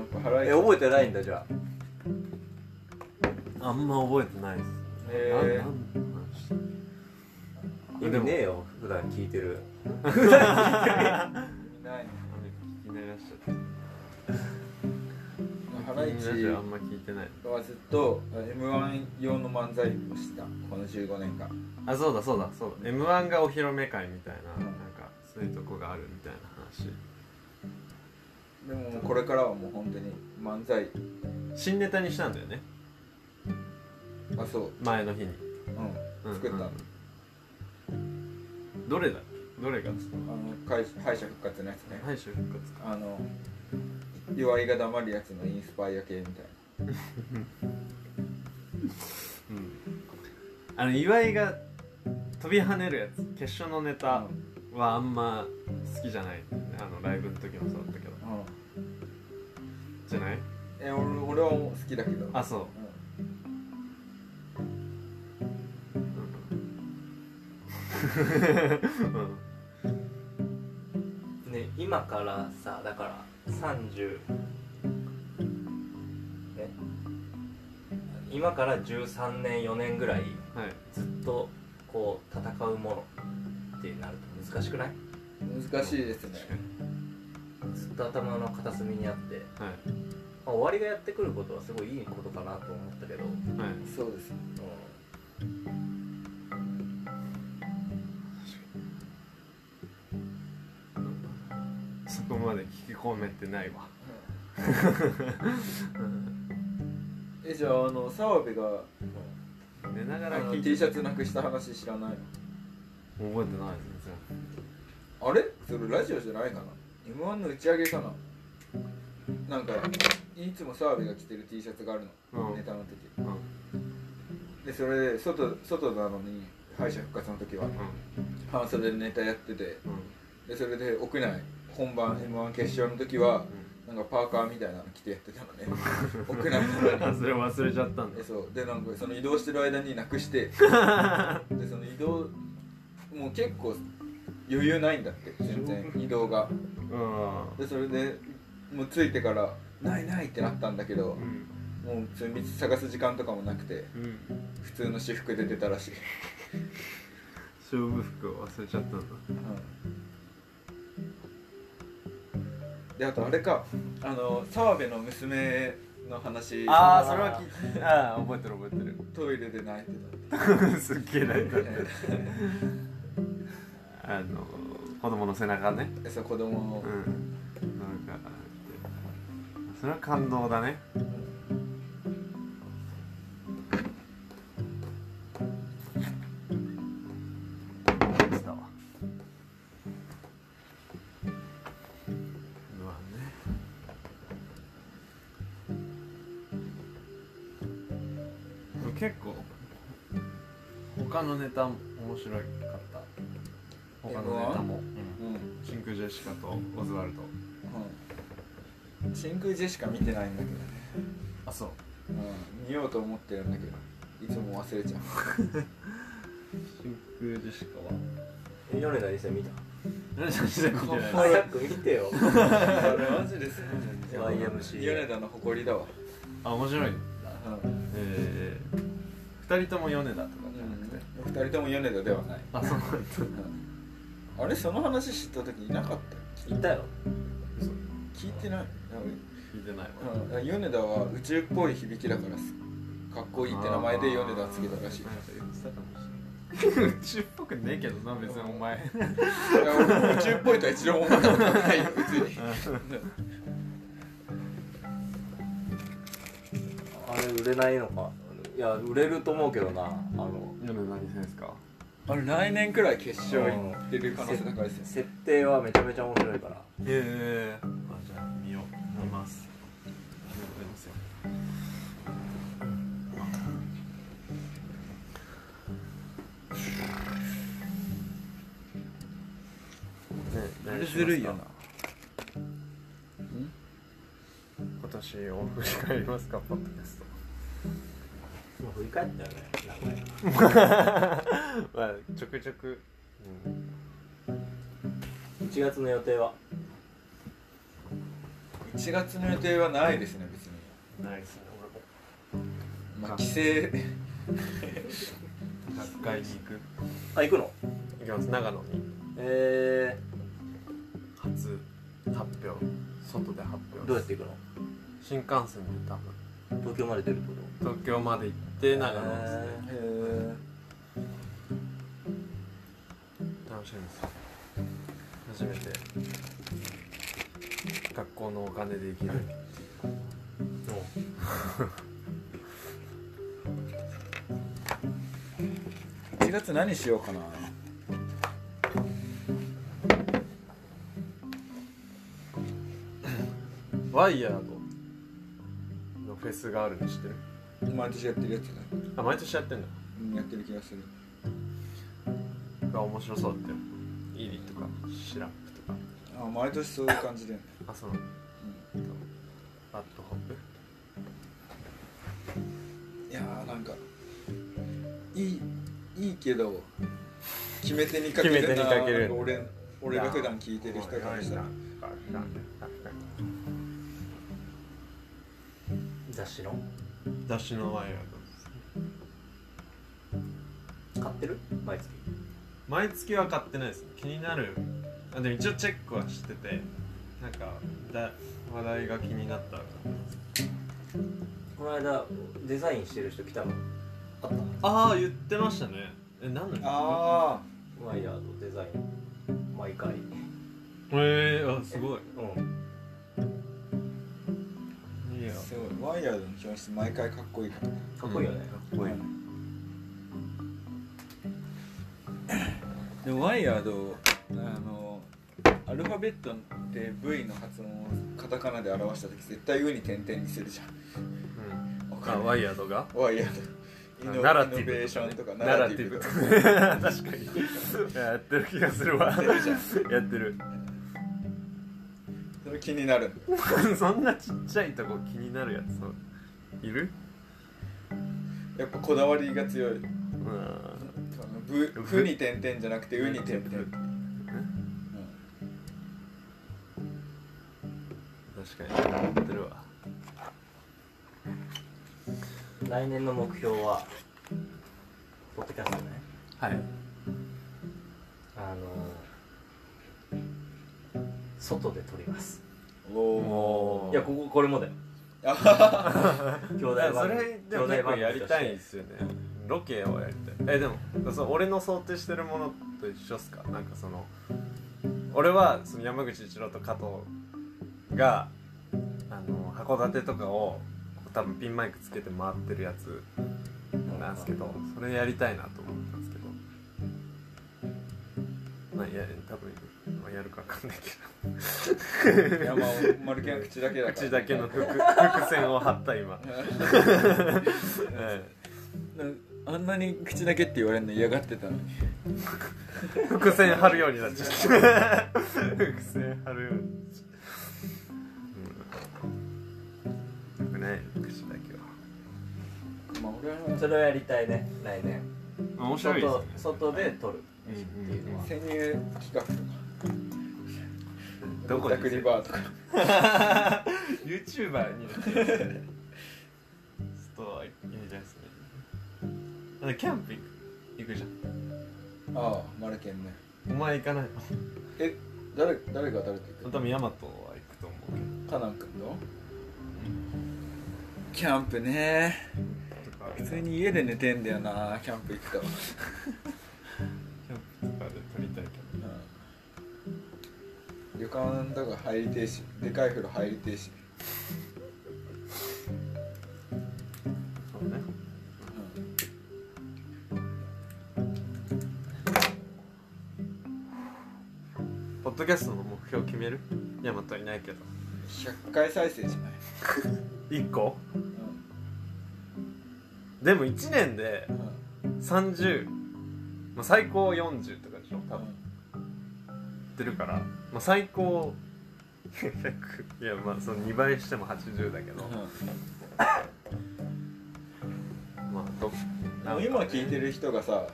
[SPEAKER 1] か腹
[SPEAKER 3] え
[SPEAKER 1] 痛い
[SPEAKER 3] 覚えてないんだじゃあ
[SPEAKER 2] あんま覚えてないです
[SPEAKER 1] え
[SPEAKER 2] なんなんの話した
[SPEAKER 3] 意
[SPEAKER 2] で
[SPEAKER 3] 味
[SPEAKER 2] も
[SPEAKER 3] ねえよ普段聞いてる
[SPEAKER 1] ー、ないね
[SPEAKER 2] 聞き流しちゃった
[SPEAKER 1] ハライ
[SPEAKER 2] 聞き流し
[SPEAKER 1] チ
[SPEAKER 2] あんま聞いてない
[SPEAKER 1] はずっと m 1用の漫才をしたこの15年間
[SPEAKER 2] あそうだそうだそうだ m 1がお披露目会みたいななんかそういうとこがあるみたいな話
[SPEAKER 1] でももうこれからはもう本当に漫才
[SPEAKER 2] 新ネタにしたんだよね
[SPEAKER 1] あそう
[SPEAKER 2] 前の日に、
[SPEAKER 1] う
[SPEAKER 2] うんん、
[SPEAKER 1] 作った、
[SPEAKER 2] うんどれだっけどれが
[SPEAKER 1] あの敗敗者復活のやつね、
[SPEAKER 2] 敗者復活か
[SPEAKER 1] あの岩井が黙るやつのインスパイア系みたい
[SPEAKER 2] うんあの岩井が飛び跳ねるやつ決勝のネ
[SPEAKER 1] な
[SPEAKER 2] タはあんま好きじゃない、あのライブの時もそうだったけど
[SPEAKER 1] うん、うん
[SPEAKER 2] じゃない
[SPEAKER 1] え俺俺は好きだけど
[SPEAKER 2] あそう
[SPEAKER 1] う
[SPEAKER 2] う
[SPEAKER 3] ね今からさだから30ね今から13年4年ぐらい
[SPEAKER 2] ん、はい
[SPEAKER 3] ずっとこう戦うものってなると難しくない
[SPEAKER 1] ん難しいですね
[SPEAKER 2] 確かに
[SPEAKER 3] ずっと頭の片隅にあって、
[SPEAKER 2] は
[SPEAKER 3] まあ、終わりがやってくることはすごいいいことかなと思ったけど、うん、
[SPEAKER 2] いはい
[SPEAKER 1] そうです
[SPEAKER 2] そこまで聞き込めてないわ
[SPEAKER 1] えじゃああの澤部が
[SPEAKER 2] 寝なが
[SPEAKER 1] あ
[SPEAKER 2] ら
[SPEAKER 1] の
[SPEAKER 2] 聞い
[SPEAKER 1] T
[SPEAKER 2] て
[SPEAKER 1] シャツなくした話知らない
[SPEAKER 2] 覚えてない全然
[SPEAKER 1] のあれそれラジオじゃないかな m 1の打ち上げかななんかいつも澤部が着てる T シャツがあるの、
[SPEAKER 2] うん
[SPEAKER 1] ネタの時
[SPEAKER 2] うんうん
[SPEAKER 1] でそれで外外なのに敗者復活の時は半袖でネタやっててでそれで屋内本番 m 1決勝の時はなんかパーカーみたいなの着てやってたの ね屋内なのに
[SPEAKER 2] うんそれ忘れちゃったんだ
[SPEAKER 1] えそうでなんかその移動してる間になくして でその移動もう結構余裕ないんだって全然移動が
[SPEAKER 2] う
[SPEAKER 1] でそれでもう着いてから「ないない!」ってなったんだけど
[SPEAKER 2] んうん
[SPEAKER 1] もうそれ道探す時間とかもなくて
[SPEAKER 2] うん
[SPEAKER 1] 普通の私服で出たらしい、
[SPEAKER 2] 勝負服を忘れちゃったんだ
[SPEAKER 1] であとあれかあの澤部の娘の話
[SPEAKER 2] ああそれは聞いああ覚えてる覚えてる
[SPEAKER 1] トイレで泣いてたって
[SPEAKER 2] すっげえ泣いたあの子供の背中ね
[SPEAKER 1] えそう子供を
[SPEAKER 2] うんなんかそれは感動だね思い出したわうわねでも結構他のネタも面白かった他のネタも、うん
[SPEAKER 1] うん
[SPEAKER 2] 真空ジェシカとオズワルド
[SPEAKER 1] うん真空ジェシカ見てないんだけどね、
[SPEAKER 2] あそ
[SPEAKER 1] う
[SPEAKER 2] う
[SPEAKER 1] ん、見ようと思ってるんだけどいつも忘れちゃう
[SPEAKER 2] 真空ジェシカは
[SPEAKER 3] え米田理性見た
[SPEAKER 2] 何写真見てない
[SPEAKER 1] はい
[SPEAKER 3] 早く見てよ
[SPEAKER 1] あれマジ ですね
[SPEAKER 3] YMCA
[SPEAKER 1] 米田の誇りだわ、
[SPEAKER 2] あ面白い
[SPEAKER 1] うん
[SPEAKER 2] えー、2人とも米田とかじゃなくて、
[SPEAKER 1] 二人とも米田ではない、
[SPEAKER 2] あそうなんだ
[SPEAKER 1] うんあれその話知った時いなかった
[SPEAKER 3] いたよ
[SPEAKER 2] 嘘
[SPEAKER 1] 聞いてない、
[SPEAKER 2] 聞いてないわ
[SPEAKER 1] うん、あ米田は宇宙っぽい響きだからすかっこいいって名前で米田つけたらしい
[SPEAKER 2] なんか言ってたかもしれない宇宙っぽくねえけどな別にお前
[SPEAKER 1] いや俺も宇宙っぽいとは一度も思ったこと ないよ別に
[SPEAKER 3] あれ売れないのかいや売れると思うけどなあの
[SPEAKER 2] 米田何ですか
[SPEAKER 1] あれ来年くらい決勝行ってる可能性高いですよ
[SPEAKER 3] 設定はめちゃめちゃ面白いから
[SPEAKER 2] ええー、あじゃあ見よう見ますありがとうございますよ
[SPEAKER 1] ずるいよな
[SPEAKER 2] 今年を振り返りますかポッドキャス
[SPEAKER 3] まあ振り返ったよね名
[SPEAKER 2] ト
[SPEAKER 3] 前
[SPEAKER 2] まあちょくちょく、うん、
[SPEAKER 3] 1月の予定は
[SPEAKER 1] 1月の予定はないですね別に
[SPEAKER 2] ないですね俺も
[SPEAKER 1] まあ帰省
[SPEAKER 2] 学会に行く
[SPEAKER 3] あ行くの
[SPEAKER 2] 行きます長野に
[SPEAKER 3] え
[SPEAKER 2] 初発表外で発
[SPEAKER 3] ー、
[SPEAKER 2] 表
[SPEAKER 3] どうやって行くの
[SPEAKER 2] 新幹線で多分
[SPEAKER 3] 東京まで出るってこ
[SPEAKER 2] 東京まで行って
[SPEAKER 3] と
[SPEAKER 2] 長野ですね、
[SPEAKER 1] へえ
[SPEAKER 2] 楽しみです初めて学校のお金で行ける
[SPEAKER 1] 1月何しようかな
[SPEAKER 2] ワイヤードのフェスがあるの知ってる
[SPEAKER 1] 毎年やってるやつだ
[SPEAKER 2] あ毎年やってんだ
[SPEAKER 1] うんやってる気がする
[SPEAKER 2] が面白そうだってイリとかシラップとか
[SPEAKER 1] あ毎年そういう感じで、うん、
[SPEAKER 2] あそうなのバットホップ
[SPEAKER 1] いやーなんかいいいいけど決め手にかけるな
[SPEAKER 2] 決め手にかける
[SPEAKER 1] なん俺俺が普段聞いてる人からしたら
[SPEAKER 3] 雑誌の
[SPEAKER 2] 雑誌のワイヤー
[SPEAKER 3] 買ってる毎月
[SPEAKER 2] ド毎月は買ってないです気になるあでも一応チェックはしててなんかだ話題が気になったら
[SPEAKER 3] この間デザインしてる人来たのあった
[SPEAKER 2] ああ言ってましたねえなんだっ
[SPEAKER 1] あ
[SPEAKER 3] ワイヤードデザイン毎回
[SPEAKER 2] けへえー、あすごい
[SPEAKER 3] うん
[SPEAKER 2] い
[SPEAKER 1] あ
[SPEAKER 2] いや
[SPEAKER 1] すごいワイヤードの教室毎回かっこいいからね
[SPEAKER 3] かっこいいよね、
[SPEAKER 1] こいいでもワイヤードあのアルファベットって V の発音をカタカナで表した時絶対上に点々にするじゃ
[SPEAKER 2] うん
[SPEAKER 1] んわか
[SPEAKER 2] あ
[SPEAKER 1] る
[SPEAKER 2] ワイヤードが
[SPEAKER 1] ワイヤードイノ
[SPEAKER 2] ナラティブ
[SPEAKER 1] イノベーションとか
[SPEAKER 2] ナラティブ
[SPEAKER 1] と
[SPEAKER 2] と
[SPEAKER 1] か
[SPEAKER 2] か 確かにいややってる気がする わや
[SPEAKER 1] ってるじゃ
[SPEAKER 2] ってる
[SPEAKER 1] それ気になるんだよ
[SPEAKER 2] そんなちっちゃいとこ気になるやついる
[SPEAKER 1] やっぱこだわりが強い
[SPEAKER 2] う
[SPEAKER 1] あ
[SPEAKER 2] ん
[SPEAKER 1] のぶ「ふ」に点々じゃなくて「う」に点々
[SPEAKER 2] 確かにやってるわ
[SPEAKER 3] 来年の目標はポッドキャストね
[SPEAKER 2] はい
[SPEAKER 3] あの外で撮ります
[SPEAKER 1] お
[SPEAKER 2] お
[SPEAKER 1] お
[SPEAKER 3] いやこここれもだよ兄弟
[SPEAKER 2] いや
[SPEAKER 3] 番
[SPEAKER 2] そ
[SPEAKER 3] 組
[SPEAKER 2] れでも結
[SPEAKER 3] 兄弟番
[SPEAKER 2] 構
[SPEAKER 3] 組
[SPEAKER 2] やりたい
[SPEAKER 3] と
[SPEAKER 2] で
[SPEAKER 3] して
[SPEAKER 2] すよねロケをやりたいえでもその俺の想定してるものと一緒っすかなんかその俺はその山口一郎と加藤があの函館とかを多分ピンマイクつけて回ってるやつなんですけどそれやりたいなと思ったんですけどまあいや多分、まあ、やるかわかんない け
[SPEAKER 1] いやまあ丸けの口だけだ
[SPEAKER 2] ど
[SPEAKER 1] から
[SPEAKER 2] 口だけ の伏伏線を張った今、 ええ
[SPEAKER 1] なんあんなに口だけって言われるの嫌がってたのに
[SPEAKER 2] 伏線張るようになっちゃった伏線張るようになっちゃった、 うん、よくない口だけ
[SPEAKER 1] まあ俺は
[SPEAKER 3] それをやりたいね来年
[SPEAKER 2] は面
[SPEAKER 3] 外外で撮るっていうのは
[SPEAKER 1] 潜入企画とか
[SPEAKER 2] どこに
[SPEAKER 1] ダクリバーとか
[SPEAKER 2] YouTuber になっちゃうストアいいんじゃないですねだってキャンプ行く行くじゃ
[SPEAKER 1] ああマルケンね
[SPEAKER 2] んお前行かない
[SPEAKER 1] え誰誰が誰と行
[SPEAKER 2] の
[SPEAKER 1] く
[SPEAKER 2] 多分ヤマトは行くと思うけど
[SPEAKER 1] カナン君とキャンプね普通に家で寝てんだよなキャンプ行くと、
[SPEAKER 2] キャンプとかで撮りたいけど
[SPEAKER 1] うん、旅館とか入りてえしでかい風呂入りてえし、
[SPEAKER 2] そ
[SPEAKER 1] う
[SPEAKER 2] うね
[SPEAKER 1] ん、
[SPEAKER 2] ポッドキャストの目標決めるヤマトはいないけど
[SPEAKER 1] 100回再生じゃない、
[SPEAKER 2] 1個
[SPEAKER 1] うん
[SPEAKER 2] でも1年で
[SPEAKER 1] うん
[SPEAKER 2] 30、まあ、最高40とかでしょ多
[SPEAKER 1] う
[SPEAKER 2] 分
[SPEAKER 1] ん
[SPEAKER 2] 言ってるからまあ、最高100いやまあその2倍しても80だけど、まあど
[SPEAKER 1] でも今聞いてる人がさ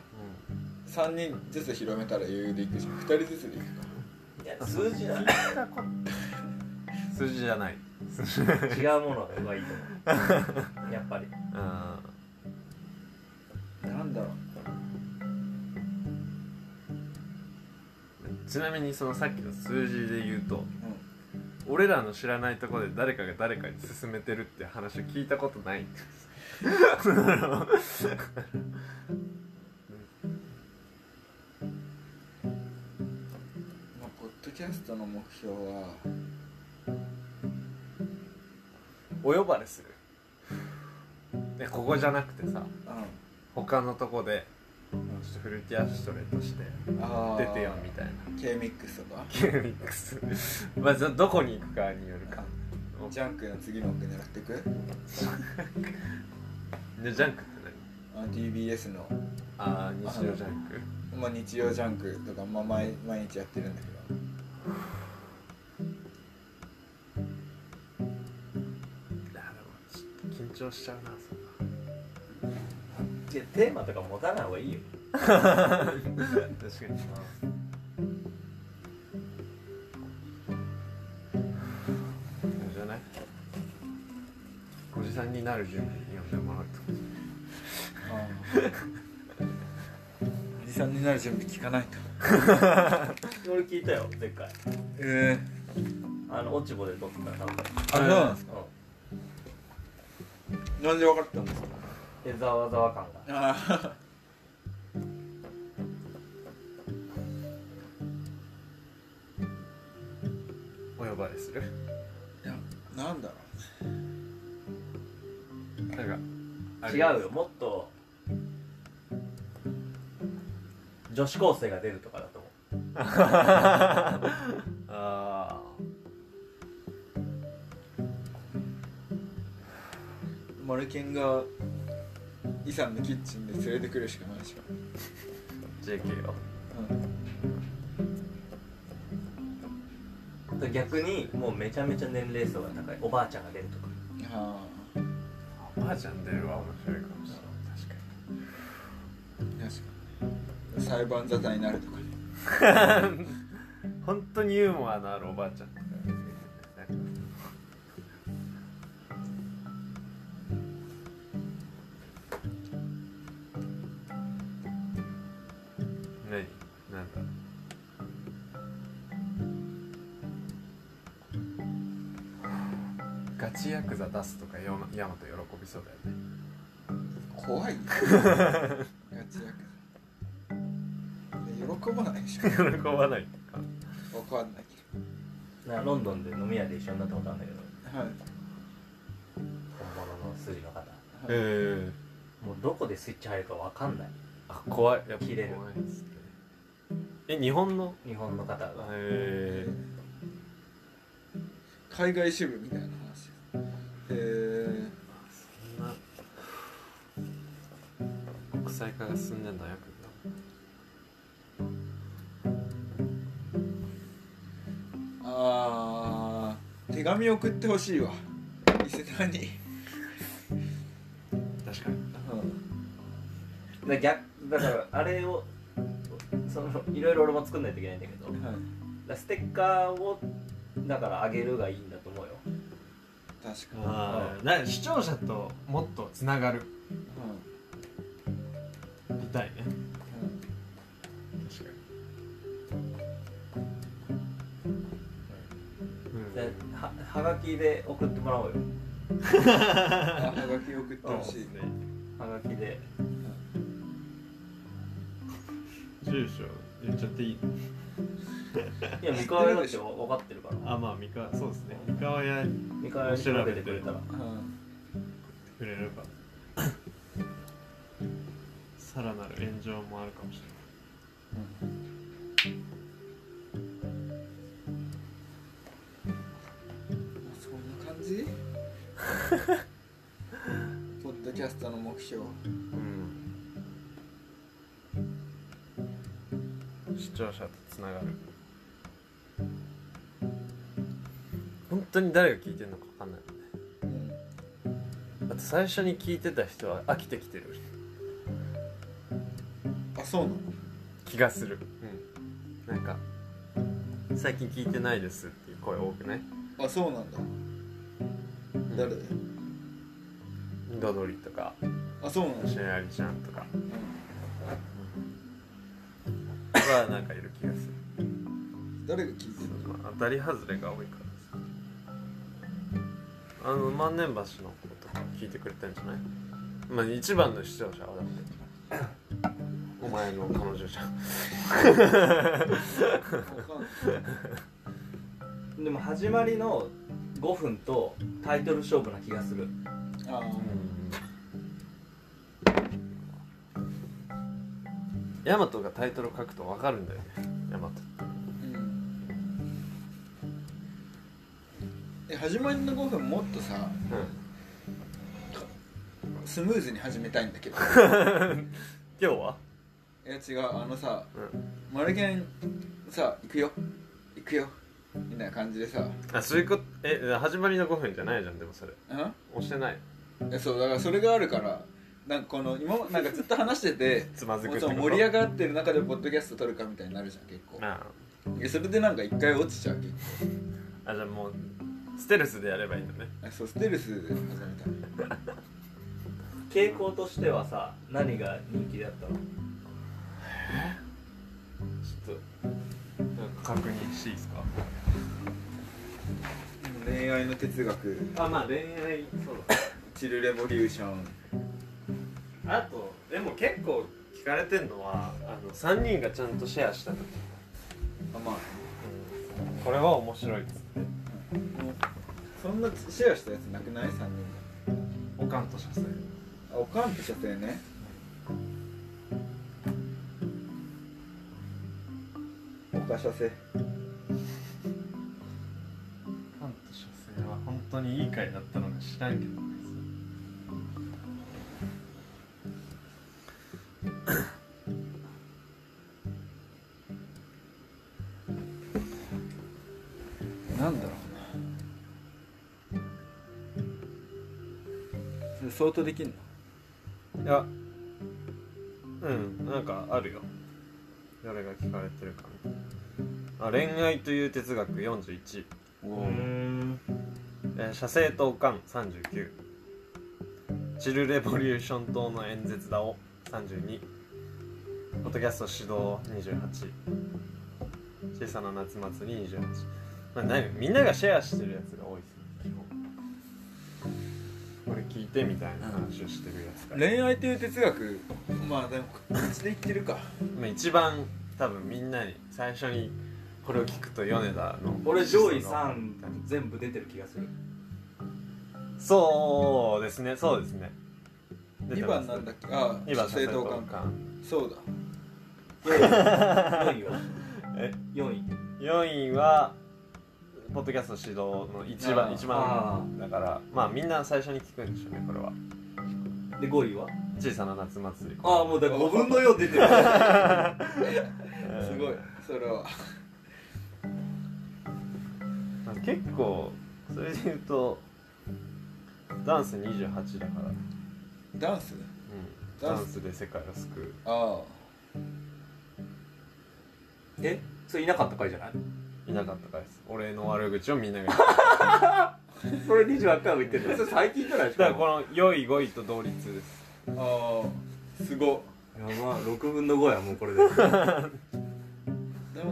[SPEAKER 1] 3人ずつ広めたら余裕でいくし2人ずつでいくか
[SPEAKER 3] いや数字だ
[SPEAKER 2] うん数字じゃない
[SPEAKER 3] 違うものがいいと思うやっぱり
[SPEAKER 2] うん
[SPEAKER 1] なんだろう
[SPEAKER 2] ちなみにそのさっきの数字で言うと
[SPEAKER 1] う
[SPEAKER 2] 俺らの知らないところで誰かが誰かに勧めてるって話を聞いたことない
[SPEAKER 1] んまあポッドキャストの目標は
[SPEAKER 2] お呼ばれするえここじゃなくてさ
[SPEAKER 1] う
[SPEAKER 2] 他のとこでちょっとフルーティアシュトレとして
[SPEAKER 1] んあ
[SPEAKER 2] 出てよみたいな
[SPEAKER 1] K ミックスとか
[SPEAKER 2] K ミックス まあじゃあどこに行くかによるか
[SPEAKER 1] ジャンクの次の奥狙ってく
[SPEAKER 2] でジャンクって
[SPEAKER 1] あの TBS の、
[SPEAKER 2] 何ああ日曜ジャンク
[SPEAKER 1] まあ、日曜ジャンクとか、まあ、毎毎日やってるんだけど
[SPEAKER 2] いやでもちょっと緊張しちゃうなそんな
[SPEAKER 3] じゃあテーマとか持たない方がいいよ
[SPEAKER 2] 確かにそうじゃないおじさんになる準備に呼んでもらうと
[SPEAKER 1] おじさんになる準備聞かないと
[SPEAKER 3] 俺聞いたよでっかい
[SPEAKER 1] え
[SPEAKER 3] あの落ち穂で撮った多分
[SPEAKER 1] えあそうなんですか
[SPEAKER 3] う
[SPEAKER 1] なんで分かったんですか
[SPEAKER 3] んでざわざわ感が
[SPEAKER 1] あ
[SPEAKER 2] お呼ばれする
[SPEAKER 1] あいやなんだろ
[SPEAKER 2] なんか
[SPEAKER 3] 違うよもっと女子高生が出るとかだと思
[SPEAKER 2] あ
[SPEAKER 1] うマルケンがイさんのキッチンで連れてくるしかないでしょ、
[SPEAKER 2] ー JK よ
[SPEAKER 1] うん、
[SPEAKER 3] うで逆にもうめちゃめちゃ年齢層が高いおばあちゃんが出るとか
[SPEAKER 1] あ
[SPEAKER 2] おばあちゃん出るは面白いかもしれない
[SPEAKER 1] あ確か
[SPEAKER 2] 確かに
[SPEAKER 1] に裁判沙汰になるとかね
[SPEAKER 2] 本当にユーモアのあるおばあちゃんとか何なんだガチヤクザ出すとかよヤマト喜びそうだよね
[SPEAKER 1] 怖いよガチヤクザ喜ばないでしょ
[SPEAKER 2] 喜ばな
[SPEAKER 1] 分
[SPEAKER 2] いか
[SPEAKER 1] かんないけ
[SPEAKER 3] なロンドンで飲み屋で一緒になったことあるんだけど
[SPEAKER 1] どはい
[SPEAKER 3] 本物の筋の方
[SPEAKER 2] ええ
[SPEAKER 3] もうどこでスイッチ入るかわかんない
[SPEAKER 2] あ怖いやっぱ
[SPEAKER 3] 切れる
[SPEAKER 2] 怖いですねえ日本の
[SPEAKER 3] 日本の方が
[SPEAKER 2] え
[SPEAKER 1] 海外支部みたいな話へえ
[SPEAKER 2] そんな国際化が進んでんだよ
[SPEAKER 1] あー手紙送ってほしいわ伊勢丹に
[SPEAKER 2] 確かに
[SPEAKER 3] だ逆だからあれをそのいろいろ俺も作んないといけないんだけどだか
[SPEAKER 1] はい
[SPEAKER 3] らステッカーをだからあげるがいいんだと思うよ
[SPEAKER 1] 確かに
[SPEAKER 2] ああな視聴者ともっとつながるみたいね
[SPEAKER 1] うんうん
[SPEAKER 2] 確かにうん
[SPEAKER 3] でははがきで送ってもらおうよ
[SPEAKER 1] あはがき送ってほしい
[SPEAKER 3] はがきで
[SPEAKER 2] 住所言っちゃっていい
[SPEAKER 3] いや三河屋だって分かってるから
[SPEAKER 2] あまあ三河そうですね三河屋に
[SPEAKER 3] 三河屋にかけてくれたら
[SPEAKER 1] うん
[SPEAKER 2] 触れればさらなる炎上もあるかもしれない
[SPEAKER 1] そんな感じ ポッドキャストの目標
[SPEAKER 2] 視聴者とつながる本当に誰が聞いてるのか分かんないもんね
[SPEAKER 1] うん
[SPEAKER 2] だって最初に聞いてた人は飽きてきてる
[SPEAKER 1] あそうなの
[SPEAKER 2] 気がするうんなんか最近聞いてないですっていう声多くね
[SPEAKER 1] あそうなんだ誰だよ
[SPEAKER 2] ドドリとか
[SPEAKER 1] あそうなんだ
[SPEAKER 2] シェアリちゃんとか
[SPEAKER 1] うん
[SPEAKER 2] はなんかいる気がする
[SPEAKER 1] 誰が聞いてる
[SPEAKER 2] その当たり外れが多いからさあの万年橋の子とか聞いてくれてんじゃないまあ一番の視聴者はだってお前の彼女じゃん
[SPEAKER 1] のわかんない
[SPEAKER 3] でも始まりの5分とタイトル勝負な気がする
[SPEAKER 1] あー
[SPEAKER 2] ヤマトがタイトル書くと分かるんだよねヤマト
[SPEAKER 1] うんえ始まりの5分もっとさスムーズに始めたいんだけど
[SPEAKER 2] 今日はい
[SPEAKER 1] や違うあのさ
[SPEAKER 2] うん
[SPEAKER 1] 「マルケンさ行くよ行くよ」みたいな感じでさん
[SPEAKER 2] あそういうことえ始まりの5分じゃないじゃんでもそれ押してない
[SPEAKER 1] えそうだからそれがあるからなんかこの今まなんかずっと話してて
[SPEAKER 2] つまず
[SPEAKER 1] も
[SPEAKER 2] く
[SPEAKER 1] う
[SPEAKER 2] っ
[SPEAKER 1] そ
[SPEAKER 2] てこ
[SPEAKER 1] の
[SPEAKER 2] と
[SPEAKER 1] 盛り上がってる中でポッドキャスト撮るかみたいになるじゃん結構
[SPEAKER 2] あ
[SPEAKER 1] えそれでなんか一回落ちちゃう結構
[SPEAKER 2] ああじゃあもうステルスでやればいいんだね
[SPEAKER 1] あそうステルスで始めた
[SPEAKER 3] 傾向としてはさ何が人気だったの
[SPEAKER 2] ちょっと確認していいですか
[SPEAKER 1] 恋愛の哲学
[SPEAKER 3] あまあ恋愛そうだ
[SPEAKER 1] チルレボリューション
[SPEAKER 2] あとでも結構聞かれてんのはあの3人がちゃんとシェアした時、
[SPEAKER 1] あまあ
[SPEAKER 2] これは面白いっつって
[SPEAKER 1] もうそんなシェアしたやつなくない3人
[SPEAKER 2] おかんと写生
[SPEAKER 1] があおかんとしたよねおかしゃせ
[SPEAKER 2] おかんと写生は本当にいい回だったのか知らんけどね
[SPEAKER 1] なんだろうな相当できんの
[SPEAKER 2] いやうんなんかあるよ誰が聞かれてるかみたいなあ恋愛という哲学41、
[SPEAKER 1] お
[SPEAKER 3] うーん
[SPEAKER 2] えー写生とおかん39チルレボリューション党の演説だを32ポッドキャスト指導28小さな夏祭り28、まあ、何みんながシェアしてるやつが多いですね基本これ聞いてみたいな話をしてるやつが、
[SPEAKER 1] 恋愛という哲学まあでも口で言ってるか
[SPEAKER 2] まあ、一番多分みんなに最初にこれを聞くと米田の
[SPEAKER 3] 俺上位3全部出てる気が する
[SPEAKER 2] そうですねそうですね出て
[SPEAKER 1] 2
[SPEAKER 2] ま
[SPEAKER 1] 番
[SPEAKER 2] す
[SPEAKER 1] なんだっけあ
[SPEAKER 2] 2番
[SPEAKER 1] 写生同感
[SPEAKER 2] 感
[SPEAKER 1] そうだ
[SPEAKER 3] 4位は
[SPEAKER 2] え
[SPEAKER 3] 4位
[SPEAKER 2] 4位はポッドキャスト指導の一
[SPEAKER 1] あ
[SPEAKER 2] 番
[SPEAKER 1] ー
[SPEAKER 2] 一番だからまあみんな最初に聞くんでしょうねこれは
[SPEAKER 3] で5位は
[SPEAKER 2] 小さな夏祭り
[SPEAKER 3] ああもうだから5分の4出てる
[SPEAKER 1] すごいそれは
[SPEAKER 2] なんか結構それで言うとダンス28だから、
[SPEAKER 1] ダンス
[SPEAKER 2] うん、
[SPEAKER 1] ダ
[SPEAKER 2] ダ
[SPEAKER 1] ンス
[SPEAKER 2] ンスで世界を救う
[SPEAKER 1] あ
[SPEAKER 3] えそれいなかった回じゃない
[SPEAKER 2] いなかったからです俺の悪口をみんながだ
[SPEAKER 3] それ28回も言ってるそれ最近じゃ ないです
[SPEAKER 2] からこの4位5位と同率 です
[SPEAKER 1] あああすごっ
[SPEAKER 3] やば6分の5やもうこ れで
[SPEAKER 1] ダン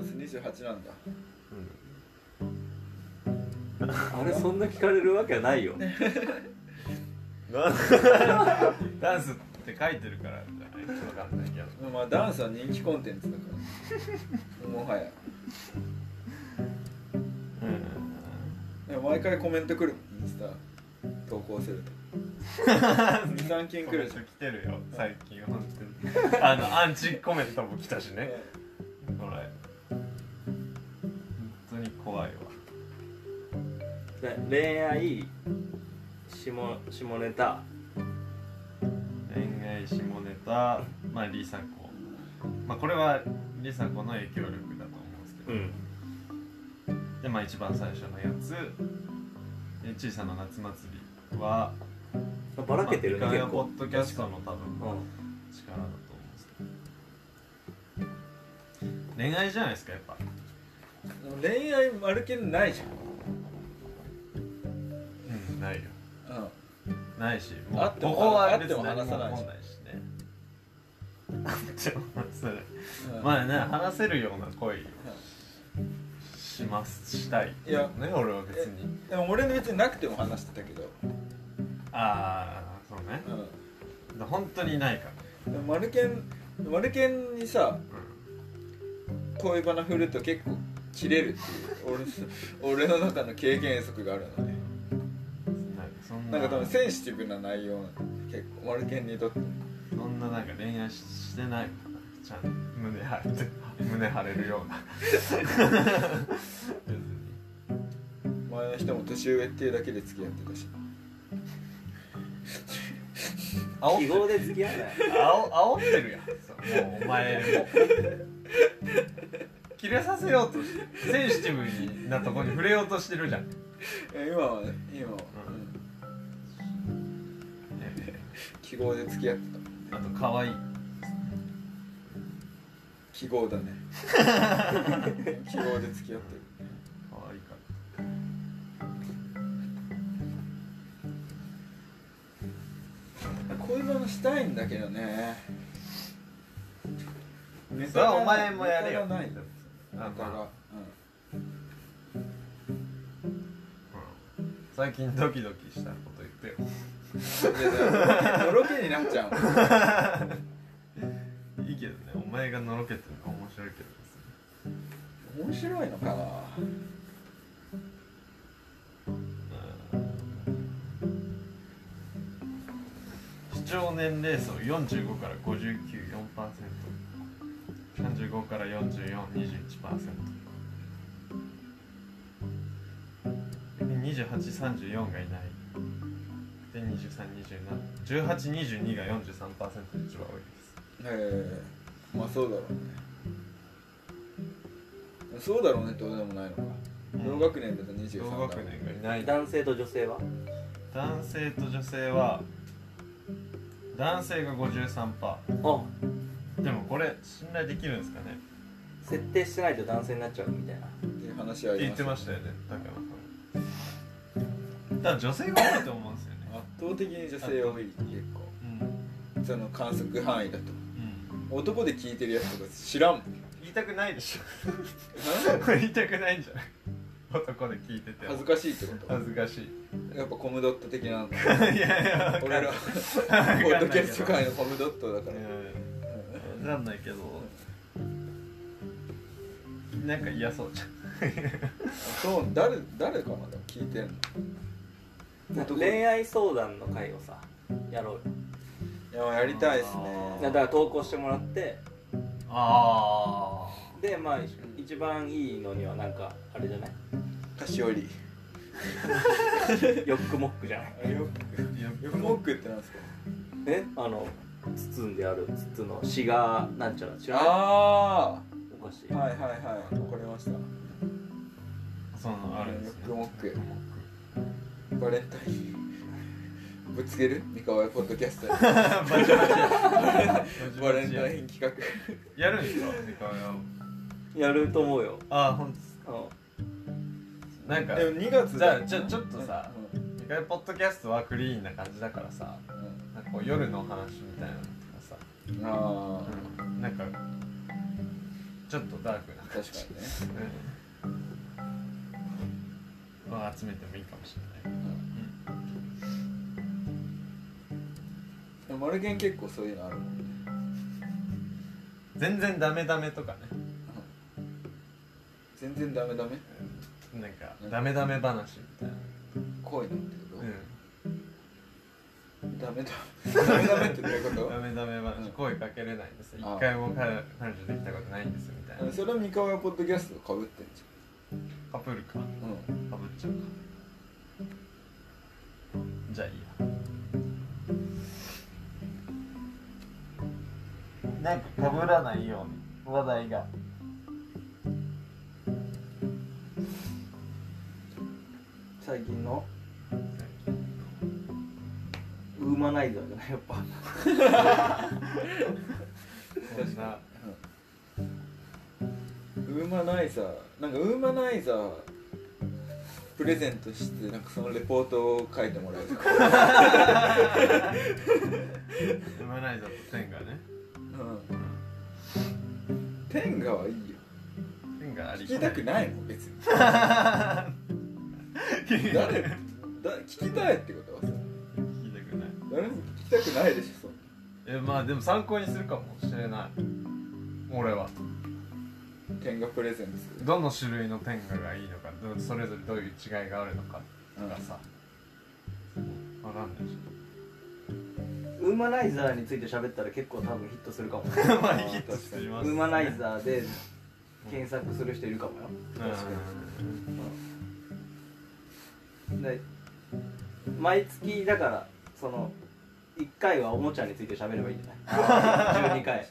[SPEAKER 1] ス28なんだ
[SPEAKER 2] うん
[SPEAKER 3] あれそんな聞かれるわけはないよ
[SPEAKER 2] ダンダンスって書いてるからじゃない分かんないけど
[SPEAKER 1] まあダンスは人気コンテンツだから もはや
[SPEAKER 2] うん
[SPEAKER 1] でも毎回コメント来るもんインスタ投稿すると 23件
[SPEAKER 2] コ
[SPEAKER 1] 来
[SPEAKER 2] メン
[SPEAKER 1] る
[SPEAKER 2] ト
[SPEAKER 1] じゃん
[SPEAKER 2] 来てるよ最近本当にあのアンチコメントも来たしねこれ本当に怖いわ
[SPEAKER 3] 恋愛下下ネタ
[SPEAKER 2] 恋愛下ネタまあリサ子まあこれはリサ子の影響力だと思うんですけど、
[SPEAKER 3] ん
[SPEAKER 2] でまあ一番最初のやつえ小さな夏祭りは
[SPEAKER 3] ばらけてるね
[SPEAKER 2] まあ
[SPEAKER 3] 結
[SPEAKER 2] ポ
[SPEAKER 3] 構、
[SPEAKER 2] ッドキャストの多分
[SPEAKER 3] うん、
[SPEAKER 2] 力だと思うんですけど恋愛じゃないですかやっぱ
[SPEAKER 1] 恋愛まるっきりないじ
[SPEAKER 2] うんないよ
[SPEAKER 1] ゃん、うん、
[SPEAKER 2] ないし
[SPEAKER 1] あっても
[SPEAKER 2] ここは
[SPEAKER 1] あっても話さない
[SPEAKER 2] 別
[SPEAKER 1] し
[SPEAKER 2] に何も起こんないしねあっても話さないまあね 話せるような恋をしますしたい
[SPEAKER 1] いや
[SPEAKER 2] ね俺は別に
[SPEAKER 1] でも俺別になくても話してたけど、
[SPEAKER 2] ああそうね
[SPEAKER 1] う
[SPEAKER 2] 本当にないから
[SPEAKER 1] ん、でもマルケンマルケンにさ恋バナ振ると結構切れるっていう俺の俺の中の経験則があるのね
[SPEAKER 2] うんなんかそん
[SPEAKER 1] な
[SPEAKER 2] なん
[SPEAKER 1] か多分センシティブな内容なの結構マルケンにとって
[SPEAKER 2] そんななんか恋愛ししてないもんなちゃんと胸張って胸張れるよ うな 別に
[SPEAKER 1] 前の人も年上っていうだけで付き合ってたし
[SPEAKER 2] 煽
[SPEAKER 3] 記号で付き合わない
[SPEAKER 2] 煽ってるやんそうもうお前も切れさせようとしてセンシティブなとこに触れようとしてるじゃん
[SPEAKER 1] え今はね今は、
[SPEAKER 2] うん
[SPEAKER 1] うん、記号で付き合ってた
[SPEAKER 2] あと可愛い
[SPEAKER 1] 記号だ ね 記号で付き合ってる
[SPEAKER 2] 可愛いか
[SPEAKER 1] 恋バナしたいんだけどねネ
[SPEAKER 2] それはお前もやれよ
[SPEAKER 1] ネタがないんだ
[SPEAKER 2] ら
[SPEAKER 1] ネタが、
[SPEAKER 2] うん最近ドキドキしたこと言ってよ
[SPEAKER 1] うん、のろけになっちゃうもん
[SPEAKER 2] いいけどねお前がのろけてるの面白いけど
[SPEAKER 1] 面白いのかな
[SPEAKER 2] 視聴年齢層45から594% 35から4421%2834がいないで23271822が43%一番多いです
[SPEAKER 1] ええまあそうだろうねそうだろうねってことでもないのか、
[SPEAKER 2] うん
[SPEAKER 1] 同学年だと23だ
[SPEAKER 2] 同学年がいない
[SPEAKER 3] 男性と女性は
[SPEAKER 2] 男性と女性は男性が53%
[SPEAKER 3] あ
[SPEAKER 2] でもこれ信頼できるんですかね
[SPEAKER 3] 設定してないと男性になっちゃうみたいな
[SPEAKER 1] っていう話は
[SPEAKER 2] って言ってましたよね高山さんただ女性が多いと思うんですよね
[SPEAKER 1] 圧倒的に女性多い結
[SPEAKER 2] うん、
[SPEAKER 1] 構その観測範囲だと
[SPEAKER 2] うん、
[SPEAKER 1] 男で聞いてるやつとか知らんもん
[SPEAKER 2] 言いたくないでしょ
[SPEAKER 1] なんだ
[SPEAKER 2] 言いたくないんじゃない男で聞いてて
[SPEAKER 1] 恥ず
[SPEAKER 2] も
[SPEAKER 1] かしいってこ
[SPEAKER 2] 恥ずかしい
[SPEAKER 1] とやっぱコムドット的なの
[SPEAKER 2] いやい や
[SPEAKER 1] 俺ら
[SPEAKER 2] ポ
[SPEAKER 1] ポッドキャスト界のコムドットだから
[SPEAKER 2] 分かんないけどなんか嫌そうじゃん
[SPEAKER 1] そう誰誰かなでも聞いてんの
[SPEAKER 3] なんか恋愛相談の会をさやろうよ
[SPEAKER 1] いややりたいです
[SPEAKER 2] あ
[SPEAKER 3] だ
[SPEAKER 1] ね
[SPEAKER 3] から投稿してもらって
[SPEAKER 2] ああ
[SPEAKER 3] でまあ一番いいのにはなんかあれじゃない
[SPEAKER 1] 菓子折り
[SPEAKER 3] ヨックモックじゃない
[SPEAKER 1] あよ
[SPEAKER 2] いや
[SPEAKER 1] よくモックってなんですか
[SPEAKER 3] えあの包んである筒のシガーなんちゃら知らない
[SPEAKER 1] あ
[SPEAKER 3] お菓子
[SPEAKER 1] あはいはいはいわかりました
[SPEAKER 2] そのあるんですね
[SPEAKER 1] ロックモック
[SPEAKER 2] ロッ
[SPEAKER 1] バレンタインぶつける三河屋ポッドキャストに
[SPEAKER 2] クバチバチ
[SPEAKER 1] バレンタイン企画
[SPEAKER 2] やるんですか時間を
[SPEAKER 3] やると思うよ
[SPEAKER 2] ああほんと
[SPEAKER 3] う
[SPEAKER 2] なんか
[SPEAKER 1] でも2月
[SPEAKER 2] じゃあ
[SPEAKER 1] だ
[SPEAKER 2] じゃあちょっとさ
[SPEAKER 1] うん
[SPEAKER 2] 時間ポッドキャストはクリーンな感じだからさ
[SPEAKER 1] うん
[SPEAKER 2] なんかこう夜のお話みたいなのとかさ、
[SPEAKER 1] ああ
[SPEAKER 2] なんかちょっとダークな感
[SPEAKER 1] 確
[SPEAKER 2] じ
[SPEAKER 1] かにね
[SPEAKER 2] うんを集めてもいいかもしれない、
[SPEAKER 1] でもマルゲン結構そういうのあるもんね
[SPEAKER 2] 全然ダメダメとかね
[SPEAKER 1] 全然ダメダメ
[SPEAKER 2] なんかダメダメ話みたいな、
[SPEAKER 1] 恋なんてこと、
[SPEAKER 2] うん
[SPEAKER 1] ダメだダメダメってどういうこ
[SPEAKER 2] ダメダメ
[SPEAKER 1] う
[SPEAKER 2] 話
[SPEAKER 1] ん
[SPEAKER 2] 声かけれないんです
[SPEAKER 1] あ
[SPEAKER 2] 一回も彼彼女できたことないんですみたい
[SPEAKER 1] と
[SPEAKER 2] な
[SPEAKER 1] それは三河屋ポッドキャストとかぶってんじ
[SPEAKER 2] カプルか
[SPEAKER 1] ゃんうん
[SPEAKER 2] かぶっちゃうかじゃあいいやなんかかぶらないように話題が
[SPEAKER 1] 最近の
[SPEAKER 4] 生まないんだよねやっぱ
[SPEAKER 2] そ んな
[SPEAKER 1] ウーマナイザーなんかウーマナイザープレゼントしてなんかそのレポートを書いてもらうとか、
[SPEAKER 2] ウマナイザーとテンガね
[SPEAKER 1] うん、天下はいいよ
[SPEAKER 2] テンガあり
[SPEAKER 1] 聞き
[SPEAKER 2] きた
[SPEAKER 1] た
[SPEAKER 2] い
[SPEAKER 1] くないもん別に誰だ聞きたいってことはさ
[SPEAKER 2] 聞きたくない
[SPEAKER 1] 誰も聞きたくないでしょそんな
[SPEAKER 2] えまあでも参考にするかもしれない俺は
[SPEAKER 1] 天下プレゼントする
[SPEAKER 2] どの種類の天下がいいのかどそれぞれどういう違いがあるのかとかさ、分かんないし
[SPEAKER 4] ウーマナイザーについて喋ったら結構多分ヒットするかも
[SPEAKER 2] まあヒットしています、
[SPEAKER 4] ウーマナイザーで検索する人いるかもよ
[SPEAKER 2] うん
[SPEAKER 4] で毎月だからその1回はおもちゃについて喋ればいいんじゃない12回
[SPEAKER 2] ウー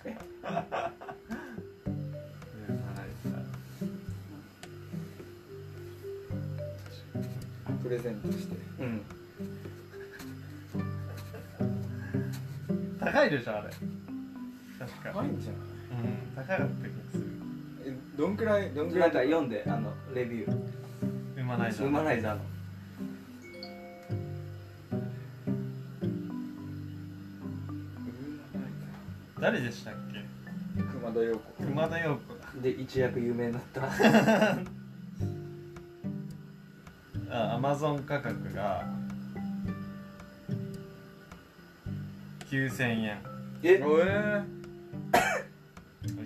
[SPEAKER 2] マナイザー
[SPEAKER 1] プレゼントして
[SPEAKER 4] うん
[SPEAKER 2] 高いでしょあれ確か
[SPEAKER 1] 高いんじゃない
[SPEAKER 2] うん高かった気がする
[SPEAKER 1] えどんくらいどんく
[SPEAKER 4] な
[SPEAKER 1] ら
[SPEAKER 4] いんか読んであのレビュー
[SPEAKER 2] ウーマナイザ
[SPEAKER 4] ウー
[SPEAKER 2] ー
[SPEAKER 4] マナイザーの
[SPEAKER 2] 誰でしたっけ
[SPEAKER 1] 熊田陽子
[SPEAKER 2] 熊田陽子だ
[SPEAKER 4] で一躍有名になった
[SPEAKER 2] あアマゾン価格が9000円
[SPEAKER 4] え
[SPEAKER 1] おえ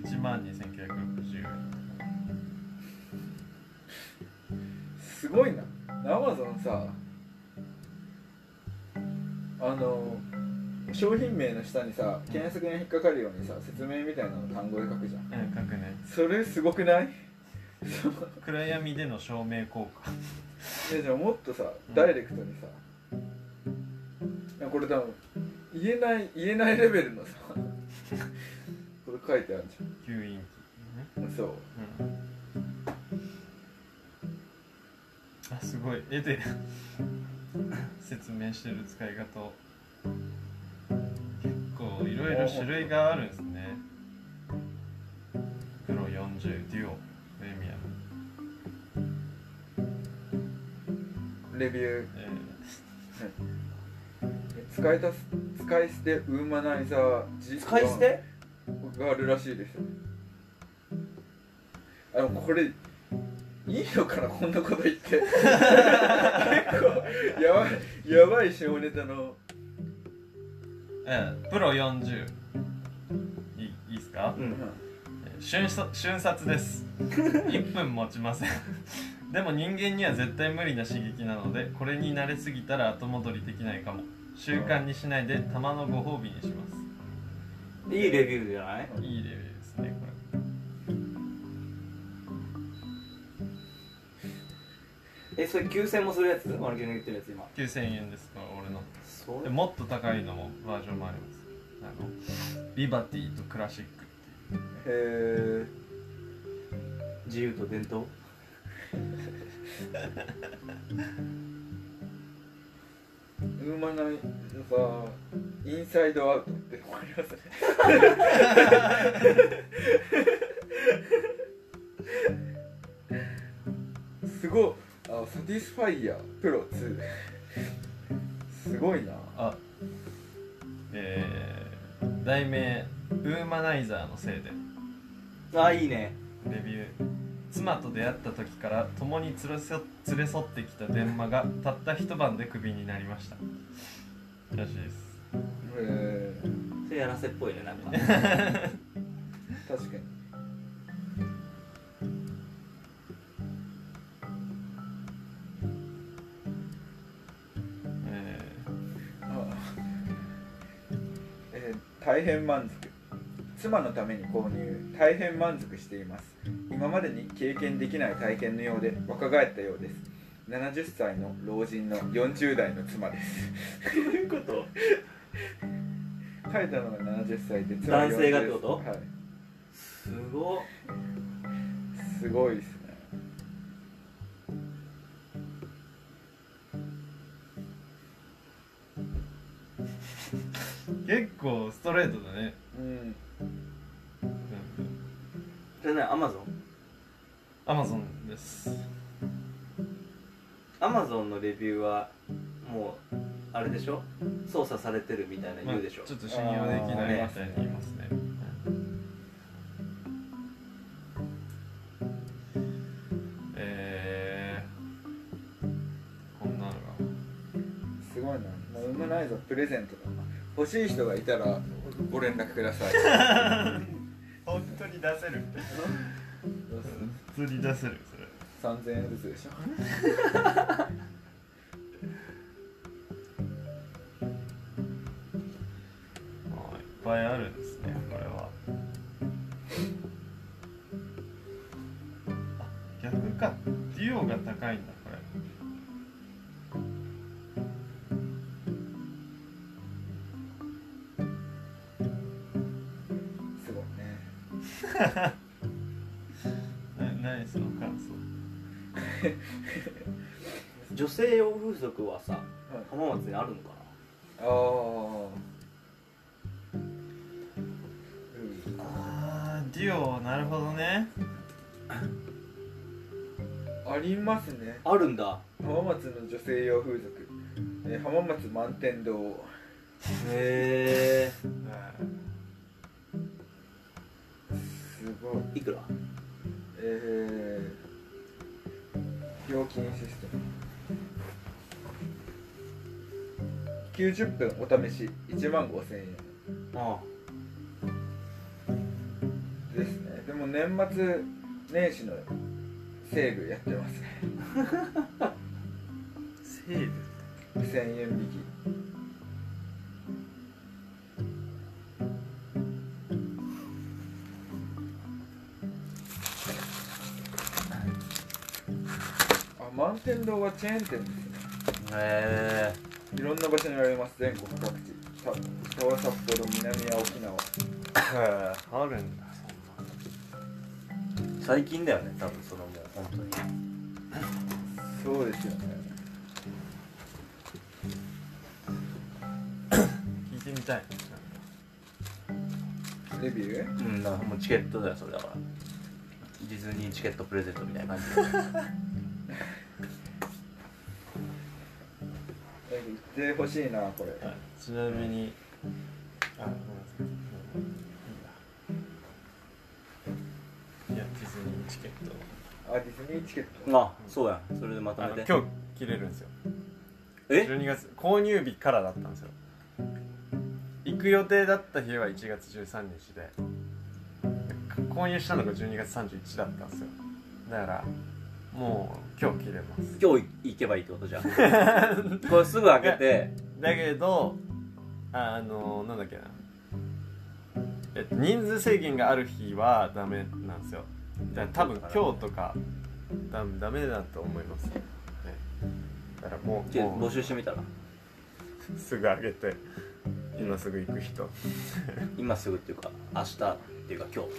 [SPEAKER 2] 1万2960円
[SPEAKER 1] ー、すごいなアマゾンさあの商品名の下にさ検索に引っかかるようにさ説明みたいなの単語で書くじゃん
[SPEAKER 2] うん書くね
[SPEAKER 1] それすごくない
[SPEAKER 2] 暗闇での照明効果
[SPEAKER 1] いやじゃあもっとさ
[SPEAKER 2] うん
[SPEAKER 1] ダイレクトにさ、いやこれ多分言えない言えないレベルのさこれ書いてあるじ
[SPEAKER 2] 吸引器、
[SPEAKER 1] ゃんそう
[SPEAKER 2] うん、あすごい絵で 説明してる使い方を結構いろいろ種類があるんですね黒40デュオプレミアム
[SPEAKER 1] レビュー
[SPEAKER 2] え
[SPEAKER 1] 使いたす使い捨てウーマナイザー G
[SPEAKER 4] 使い捨て
[SPEAKER 1] があるらしいですよあのこれいいのかなこんなこと言って 結構やばいやばい下ネタの
[SPEAKER 2] ーえープロ40いいいいですか、
[SPEAKER 4] うん
[SPEAKER 2] えー瞬殺瞬殺です1分持ちませんでも人間には絶対無理な刺激なのでこれに慣れすぎたら後戻りできないかも習慣にしないでたまのご褒美にしま
[SPEAKER 4] いいレビューじゃない
[SPEAKER 2] すいいレベルですねこ
[SPEAKER 4] えそれ9000もするやつマルキューが言ってるやつ今
[SPEAKER 2] れ9000円ですこれ俺の
[SPEAKER 4] そ
[SPEAKER 2] でもっと高いのもバージョンもありますあのビバティとクラシックってい
[SPEAKER 1] へ
[SPEAKER 2] う
[SPEAKER 1] え
[SPEAKER 4] 自由と伝統
[SPEAKER 1] ウーマナイザーインサイドアウトって思いますねすごいあサティスファイヤープロ2すごいな
[SPEAKER 2] あえー、題名「ウーマナイザーのせいで」
[SPEAKER 4] あいいね
[SPEAKER 2] レビュー妻と出会った時から共に連れそ連れ添ってきた電話がたった一晩でクビになりましたらしいです
[SPEAKER 1] え
[SPEAKER 4] それやらせっぽいねなんか
[SPEAKER 1] ー、確かに
[SPEAKER 2] え
[SPEAKER 1] あえー大変満足妻のために購入大変満足しています今までに経験できない体験のようで若返ったようです70歳の老人の40代の妻です
[SPEAKER 4] どういうこと
[SPEAKER 1] 書いたのが70歳で妻
[SPEAKER 4] 男性が
[SPEAKER 1] 40
[SPEAKER 4] ってこと
[SPEAKER 1] はい
[SPEAKER 4] すごっ
[SPEAKER 1] すごいですね
[SPEAKER 2] 結構ストレートだね
[SPEAKER 1] うん
[SPEAKER 4] じゃないアマゾン
[SPEAKER 2] アマゾンです
[SPEAKER 4] アマゾンのレビューはもうあれでしょ操作されてるみたいな
[SPEAKER 2] まあ
[SPEAKER 4] 言うでしょ、
[SPEAKER 2] ちょっと信用できないみたいに言いますねうんえーこんなのが
[SPEAKER 1] すごいなもう産むないぞプレゼントだな欲しい人がいたらご連絡くだ さい
[SPEAKER 2] 本当に出せる普通に出せるそれ
[SPEAKER 1] 3000円ずつでしょ
[SPEAKER 2] あーいっぱいあるんですねこれはあ逆かデュオが高いんだこれ
[SPEAKER 1] すごいね
[SPEAKER 2] な何その感想
[SPEAKER 4] 女性用風俗はさ
[SPEAKER 1] はい
[SPEAKER 4] 浜松にあるのか
[SPEAKER 1] ああうん
[SPEAKER 2] あーデュオなるほどね
[SPEAKER 1] ありますね
[SPEAKER 4] なあるんだ
[SPEAKER 1] 浜松の女性用風俗、えー浜松満天堂
[SPEAKER 4] へえ
[SPEAKER 1] すご
[SPEAKER 4] い
[SPEAKER 1] い
[SPEAKER 4] くら
[SPEAKER 1] えー、料金システム90分お試し1万5000円
[SPEAKER 4] あ
[SPEAKER 1] ですねでも年末年始のセールやってますね
[SPEAKER 2] セール
[SPEAKER 1] 1000円引きあ満天堂はチェーン店ですね
[SPEAKER 4] あへえ
[SPEAKER 1] いろんな場所にあります全国各地た北は札幌南は沖縄
[SPEAKER 2] あるんだ
[SPEAKER 3] 最近だよね多分そのもう本当に
[SPEAKER 1] そうですよね
[SPEAKER 2] 聞いてみたい
[SPEAKER 1] レビュー
[SPEAKER 3] うんだからもうチケットだよそれだからディズニーチケットプレゼントみたいな感じで
[SPEAKER 1] レビュー行ってほしいなこれ
[SPEAKER 2] ちなみにあごめんなさいいいんだいやディズニーチケット
[SPEAKER 1] あディズニーチケット
[SPEAKER 3] あそうやそれでまと
[SPEAKER 2] あ
[SPEAKER 3] め
[SPEAKER 2] の
[SPEAKER 3] て
[SPEAKER 2] 今日切れるんですよ
[SPEAKER 3] え
[SPEAKER 2] 12月購入日からだったんですよ行く予定だった日は1月13日で購入したのが12月31だったんですよだからもう今日切れます
[SPEAKER 3] 今日行けばいいってことじゃんこれすぐ開けて
[SPEAKER 2] だけどあのなんだっけなえっと人数制限がある日はダメなんですよだから多分今日とかダメダメだと思います、ね、だからもう
[SPEAKER 3] け
[SPEAKER 2] もう
[SPEAKER 3] 募集してみたら
[SPEAKER 2] すぐあげて今すぐ行く人
[SPEAKER 3] 今すぐっていうか明日っていうか今日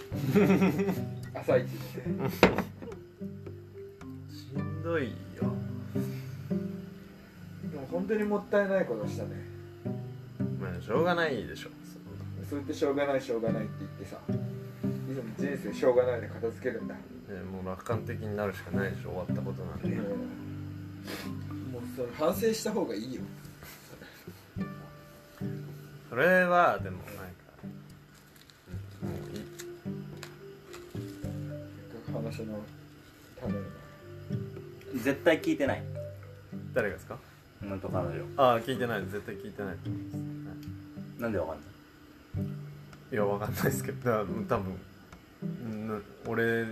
[SPEAKER 1] 朝一で
[SPEAKER 2] しんどいよ
[SPEAKER 1] でも本当にもったいないことしたね
[SPEAKER 2] まあしょうがないでしょ
[SPEAKER 1] そう言ってしょうがないしょうがないって言ってさいつも人生しょうがないで片付けるんだ、
[SPEAKER 2] ねもう楽観的になるしかないでしょ終わったことなんで
[SPEAKER 1] もうそれ反省した方がいいよ
[SPEAKER 2] それはでもなんかもういい
[SPEAKER 1] 話のために
[SPEAKER 3] 絶対聞いてない
[SPEAKER 2] 誰がですか
[SPEAKER 3] なんと彼女
[SPEAKER 2] ああ聞いてない絶対聞いてないと思います、
[SPEAKER 3] なんでわかんない
[SPEAKER 2] いやわかんないですけどだ多分ん俺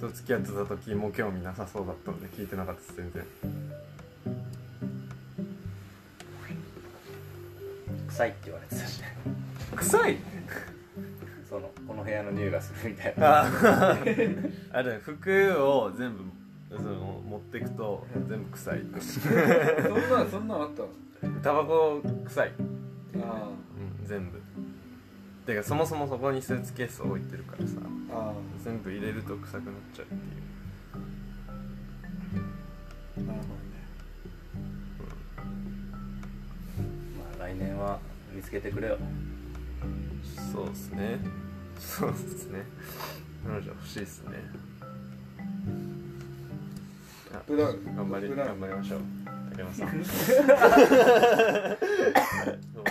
[SPEAKER 2] と付き合ってた時も興味なさそうだったんで聞いてなかったです全然
[SPEAKER 3] 臭いって言われてたしね
[SPEAKER 2] 臭い
[SPEAKER 3] そのこの部屋の匂いがするみたいな
[SPEAKER 2] ああれ服を全部その持ってくと全部臭い
[SPEAKER 1] そんなそんなんあった
[SPEAKER 2] タバコ臭い、
[SPEAKER 1] あ
[SPEAKER 2] うん、全部てかそもそもそこにスーツケース置いてるからさ
[SPEAKER 1] ああ
[SPEAKER 2] 全部入れると臭くなっちゃうって
[SPEAKER 1] あ
[SPEAKER 2] いう
[SPEAKER 1] なるほどね
[SPEAKER 3] まあ来年は見つけてくれよ
[SPEAKER 2] そうですねそうですね彼女欲しいですねあ
[SPEAKER 1] 普段
[SPEAKER 2] 頑張り
[SPEAKER 1] 普段
[SPEAKER 2] 頑張りましょう竹山さんはい頑張りましょう
[SPEAKER 1] どっ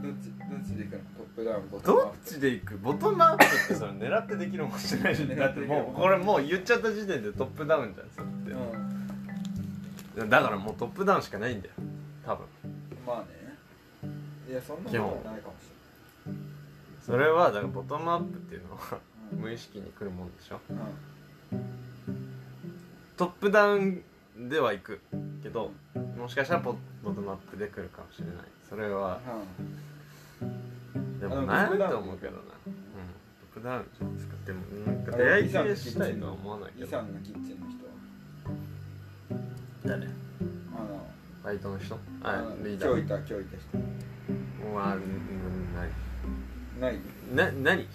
[SPEAKER 1] ちどっちでいくのトップダウンボトムア
[SPEAKER 2] ど
[SPEAKER 1] ッ
[SPEAKER 2] っちで行くボトムアップってそれ狙ってできるもんじゃないじゃんだってもうこれもう言っちゃった時点でトップダウンじゃんそ
[SPEAKER 1] プ
[SPEAKER 2] れ
[SPEAKER 1] う
[SPEAKER 2] っ
[SPEAKER 1] ん
[SPEAKER 2] て、だからもうトップダウンしかないんだよ多分
[SPEAKER 1] まあねいやそんなことはないかもし
[SPEAKER 2] それはだからボトムアップっていうのは
[SPEAKER 1] れない
[SPEAKER 2] 無意識に来るもんでしょ
[SPEAKER 1] うんうん
[SPEAKER 2] トップダウンでは行くけどもしかしたらボボトムアップで来るかもしれないそれはでも
[SPEAKER 1] あでも
[SPEAKER 2] 悩むと思うけどなうんトップダウンじゃないですかでもなんか出会い系したいとは思わない
[SPEAKER 1] うん
[SPEAKER 2] け
[SPEAKER 1] イさ
[SPEAKER 2] ど
[SPEAKER 1] んのキッチンの人
[SPEAKER 2] 誰
[SPEAKER 1] あの
[SPEAKER 2] バイトの人
[SPEAKER 1] あ
[SPEAKER 2] あ
[SPEAKER 1] の
[SPEAKER 2] リーダ
[SPEAKER 1] 今日
[SPEAKER 2] ー
[SPEAKER 1] いた今日いた人
[SPEAKER 2] うわうんない
[SPEAKER 1] ない
[SPEAKER 2] な何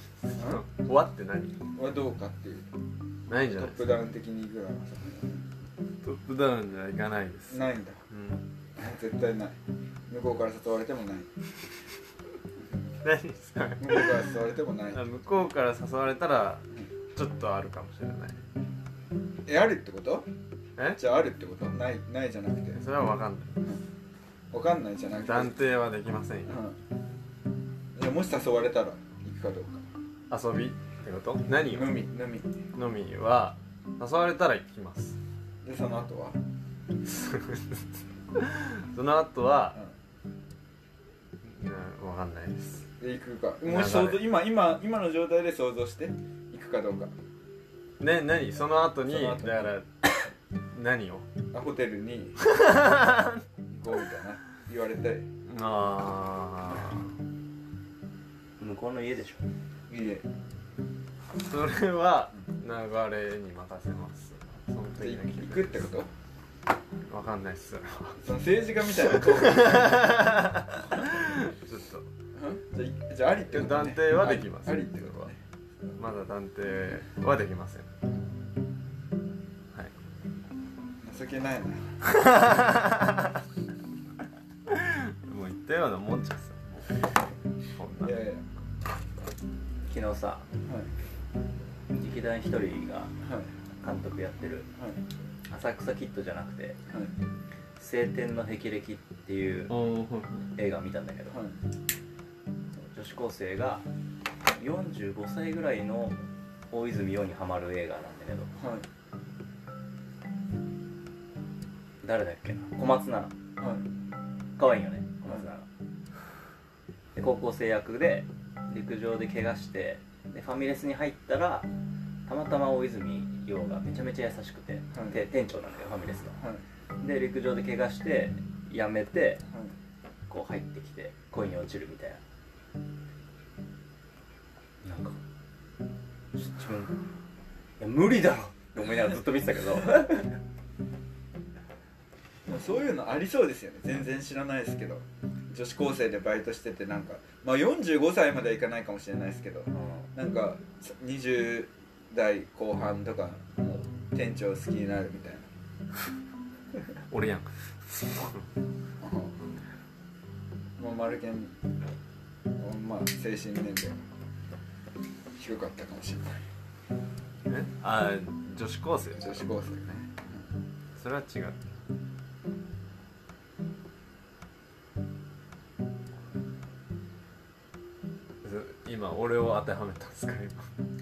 [SPEAKER 2] 終わって何
[SPEAKER 1] はどうかっていう
[SPEAKER 2] ないんじ
[SPEAKER 1] ト
[SPEAKER 2] ゃな
[SPEAKER 1] ッ
[SPEAKER 2] いです
[SPEAKER 1] プ
[SPEAKER 2] か
[SPEAKER 1] ダウン的にいくらの
[SPEAKER 2] トップダウンじゃいかないです
[SPEAKER 1] ないんだ
[SPEAKER 2] うん
[SPEAKER 1] 絶対ない向こうから誘われてもない
[SPEAKER 2] 何ですか
[SPEAKER 1] 向こうから誘われてもない
[SPEAKER 2] あ向こうから誘われたらちょっとあるかもしれない
[SPEAKER 1] えあるってこと
[SPEAKER 2] え
[SPEAKER 1] じゃああるってことないないじゃなくて
[SPEAKER 2] それは分かんない
[SPEAKER 1] わかんないじゃなくて
[SPEAKER 2] 断定はできませんよ
[SPEAKER 1] うんいやもし誘われたら行くかどうか
[SPEAKER 2] 遊びってこと何を
[SPEAKER 1] 飲み飲み
[SPEAKER 2] 飲みは誘われたら行きます
[SPEAKER 1] でその後は、
[SPEAKER 2] その後は、
[SPEAKER 1] う
[SPEAKER 2] うん、分かんないです
[SPEAKER 1] ん、で行くか
[SPEAKER 2] れ
[SPEAKER 1] もし想像今今今の状態で想像して行くかどうか
[SPEAKER 2] ね何その後に
[SPEAKER 1] その後に
[SPEAKER 2] だから 何を
[SPEAKER 1] あホテル に行こうみたいな言われて
[SPEAKER 2] あ
[SPEAKER 3] 向こうの家でしょ
[SPEAKER 1] いいえ
[SPEAKER 2] あそれは流れに任せますその
[SPEAKER 1] で
[SPEAKER 2] 時の
[SPEAKER 1] 行くってこと
[SPEAKER 2] 分かんないっすそれ は
[SPEAKER 1] その政治家みたいなトーク
[SPEAKER 2] ちょっと
[SPEAKER 1] うんじゃあいじゃあありってこと、ね、
[SPEAKER 2] 断定はできます
[SPEAKER 1] ありありってことね
[SPEAKER 2] まだ断定はできませんはい
[SPEAKER 1] 情けないな
[SPEAKER 2] もう言ったようなもんじゃさもうこん
[SPEAKER 1] い
[SPEAKER 2] な
[SPEAKER 1] やいや
[SPEAKER 3] 昨日さ
[SPEAKER 1] はい
[SPEAKER 3] 劇団ひとりが
[SPEAKER 1] はい
[SPEAKER 3] 監督やってる
[SPEAKER 1] はい
[SPEAKER 3] 「浅草キッド」じゃなくて
[SPEAKER 1] はい
[SPEAKER 3] 「青天の霹靂」っていう映画見たんだけど
[SPEAKER 1] はい
[SPEAKER 3] 女子高生が45歳ぐらいの大泉洋にハマる映画なんだけど
[SPEAKER 1] はい
[SPEAKER 3] 誰だっけな小松菜奈
[SPEAKER 1] はい
[SPEAKER 3] 可愛いよね小松菜奈で高校生役で陸上で怪我してでファミレスに入ったらたまたま大泉洋がめちゃめちゃ優しくて、
[SPEAKER 1] はい
[SPEAKER 3] で店長なんだけどファミレス
[SPEAKER 1] はい
[SPEAKER 3] ので陸上で怪我して辞めて
[SPEAKER 1] はい
[SPEAKER 3] こう入ってきて恋に落ちるみたいななんかちょ自分いや無理だろって思いながらずっと見てたけど
[SPEAKER 1] でもそういうのありそうですよね全然知らないですけど女子高生でバイトしててなんかまあ45歳まではいかないかもしれないですけど
[SPEAKER 3] うん
[SPEAKER 1] なんか20代後半とかもう店長好きになるみたいな
[SPEAKER 2] 俺やん
[SPEAKER 1] まあ丸健まあ精神年齢低かったかもしれない
[SPEAKER 2] え あ女子高生
[SPEAKER 1] 女子高生ね
[SPEAKER 2] それは違うず今俺を当てはめたんですか
[SPEAKER 3] うん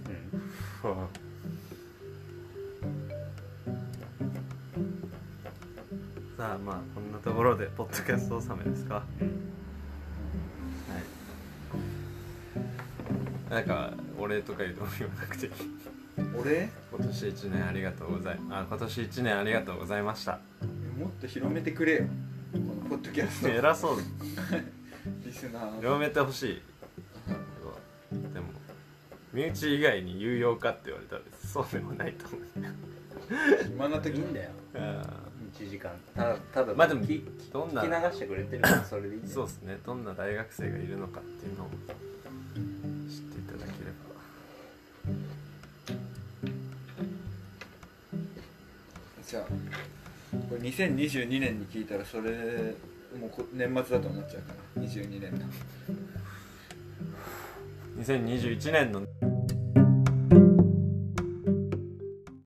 [SPEAKER 2] 今さあまあこんなところでポッドキャスト納めですかはいなんかお礼とか言うと言わなくていい
[SPEAKER 1] 俺
[SPEAKER 2] 今年一年ありがとうございあ今年一年ありがとうございました
[SPEAKER 1] もっと広めてくれよこのポッドキャスト
[SPEAKER 2] 偉そう
[SPEAKER 1] リスナー
[SPEAKER 2] 広めてほしいけどでも身内以外に有用かって言われたらそうでもないと思う
[SPEAKER 1] 暇な時
[SPEAKER 3] いいんだよ
[SPEAKER 2] あ
[SPEAKER 3] 1時間ただただ
[SPEAKER 2] ーまあでも
[SPEAKER 3] 聞
[SPEAKER 2] どんな
[SPEAKER 3] 聞き流してくれてるからそれでいいんだよ
[SPEAKER 2] そうですねどんな大学生がいるのかっていうのを知っていただければ
[SPEAKER 1] じゃあこれ2022年に聞いたらそれもうこ年末だと思っちゃうかな22年の
[SPEAKER 2] 2021年の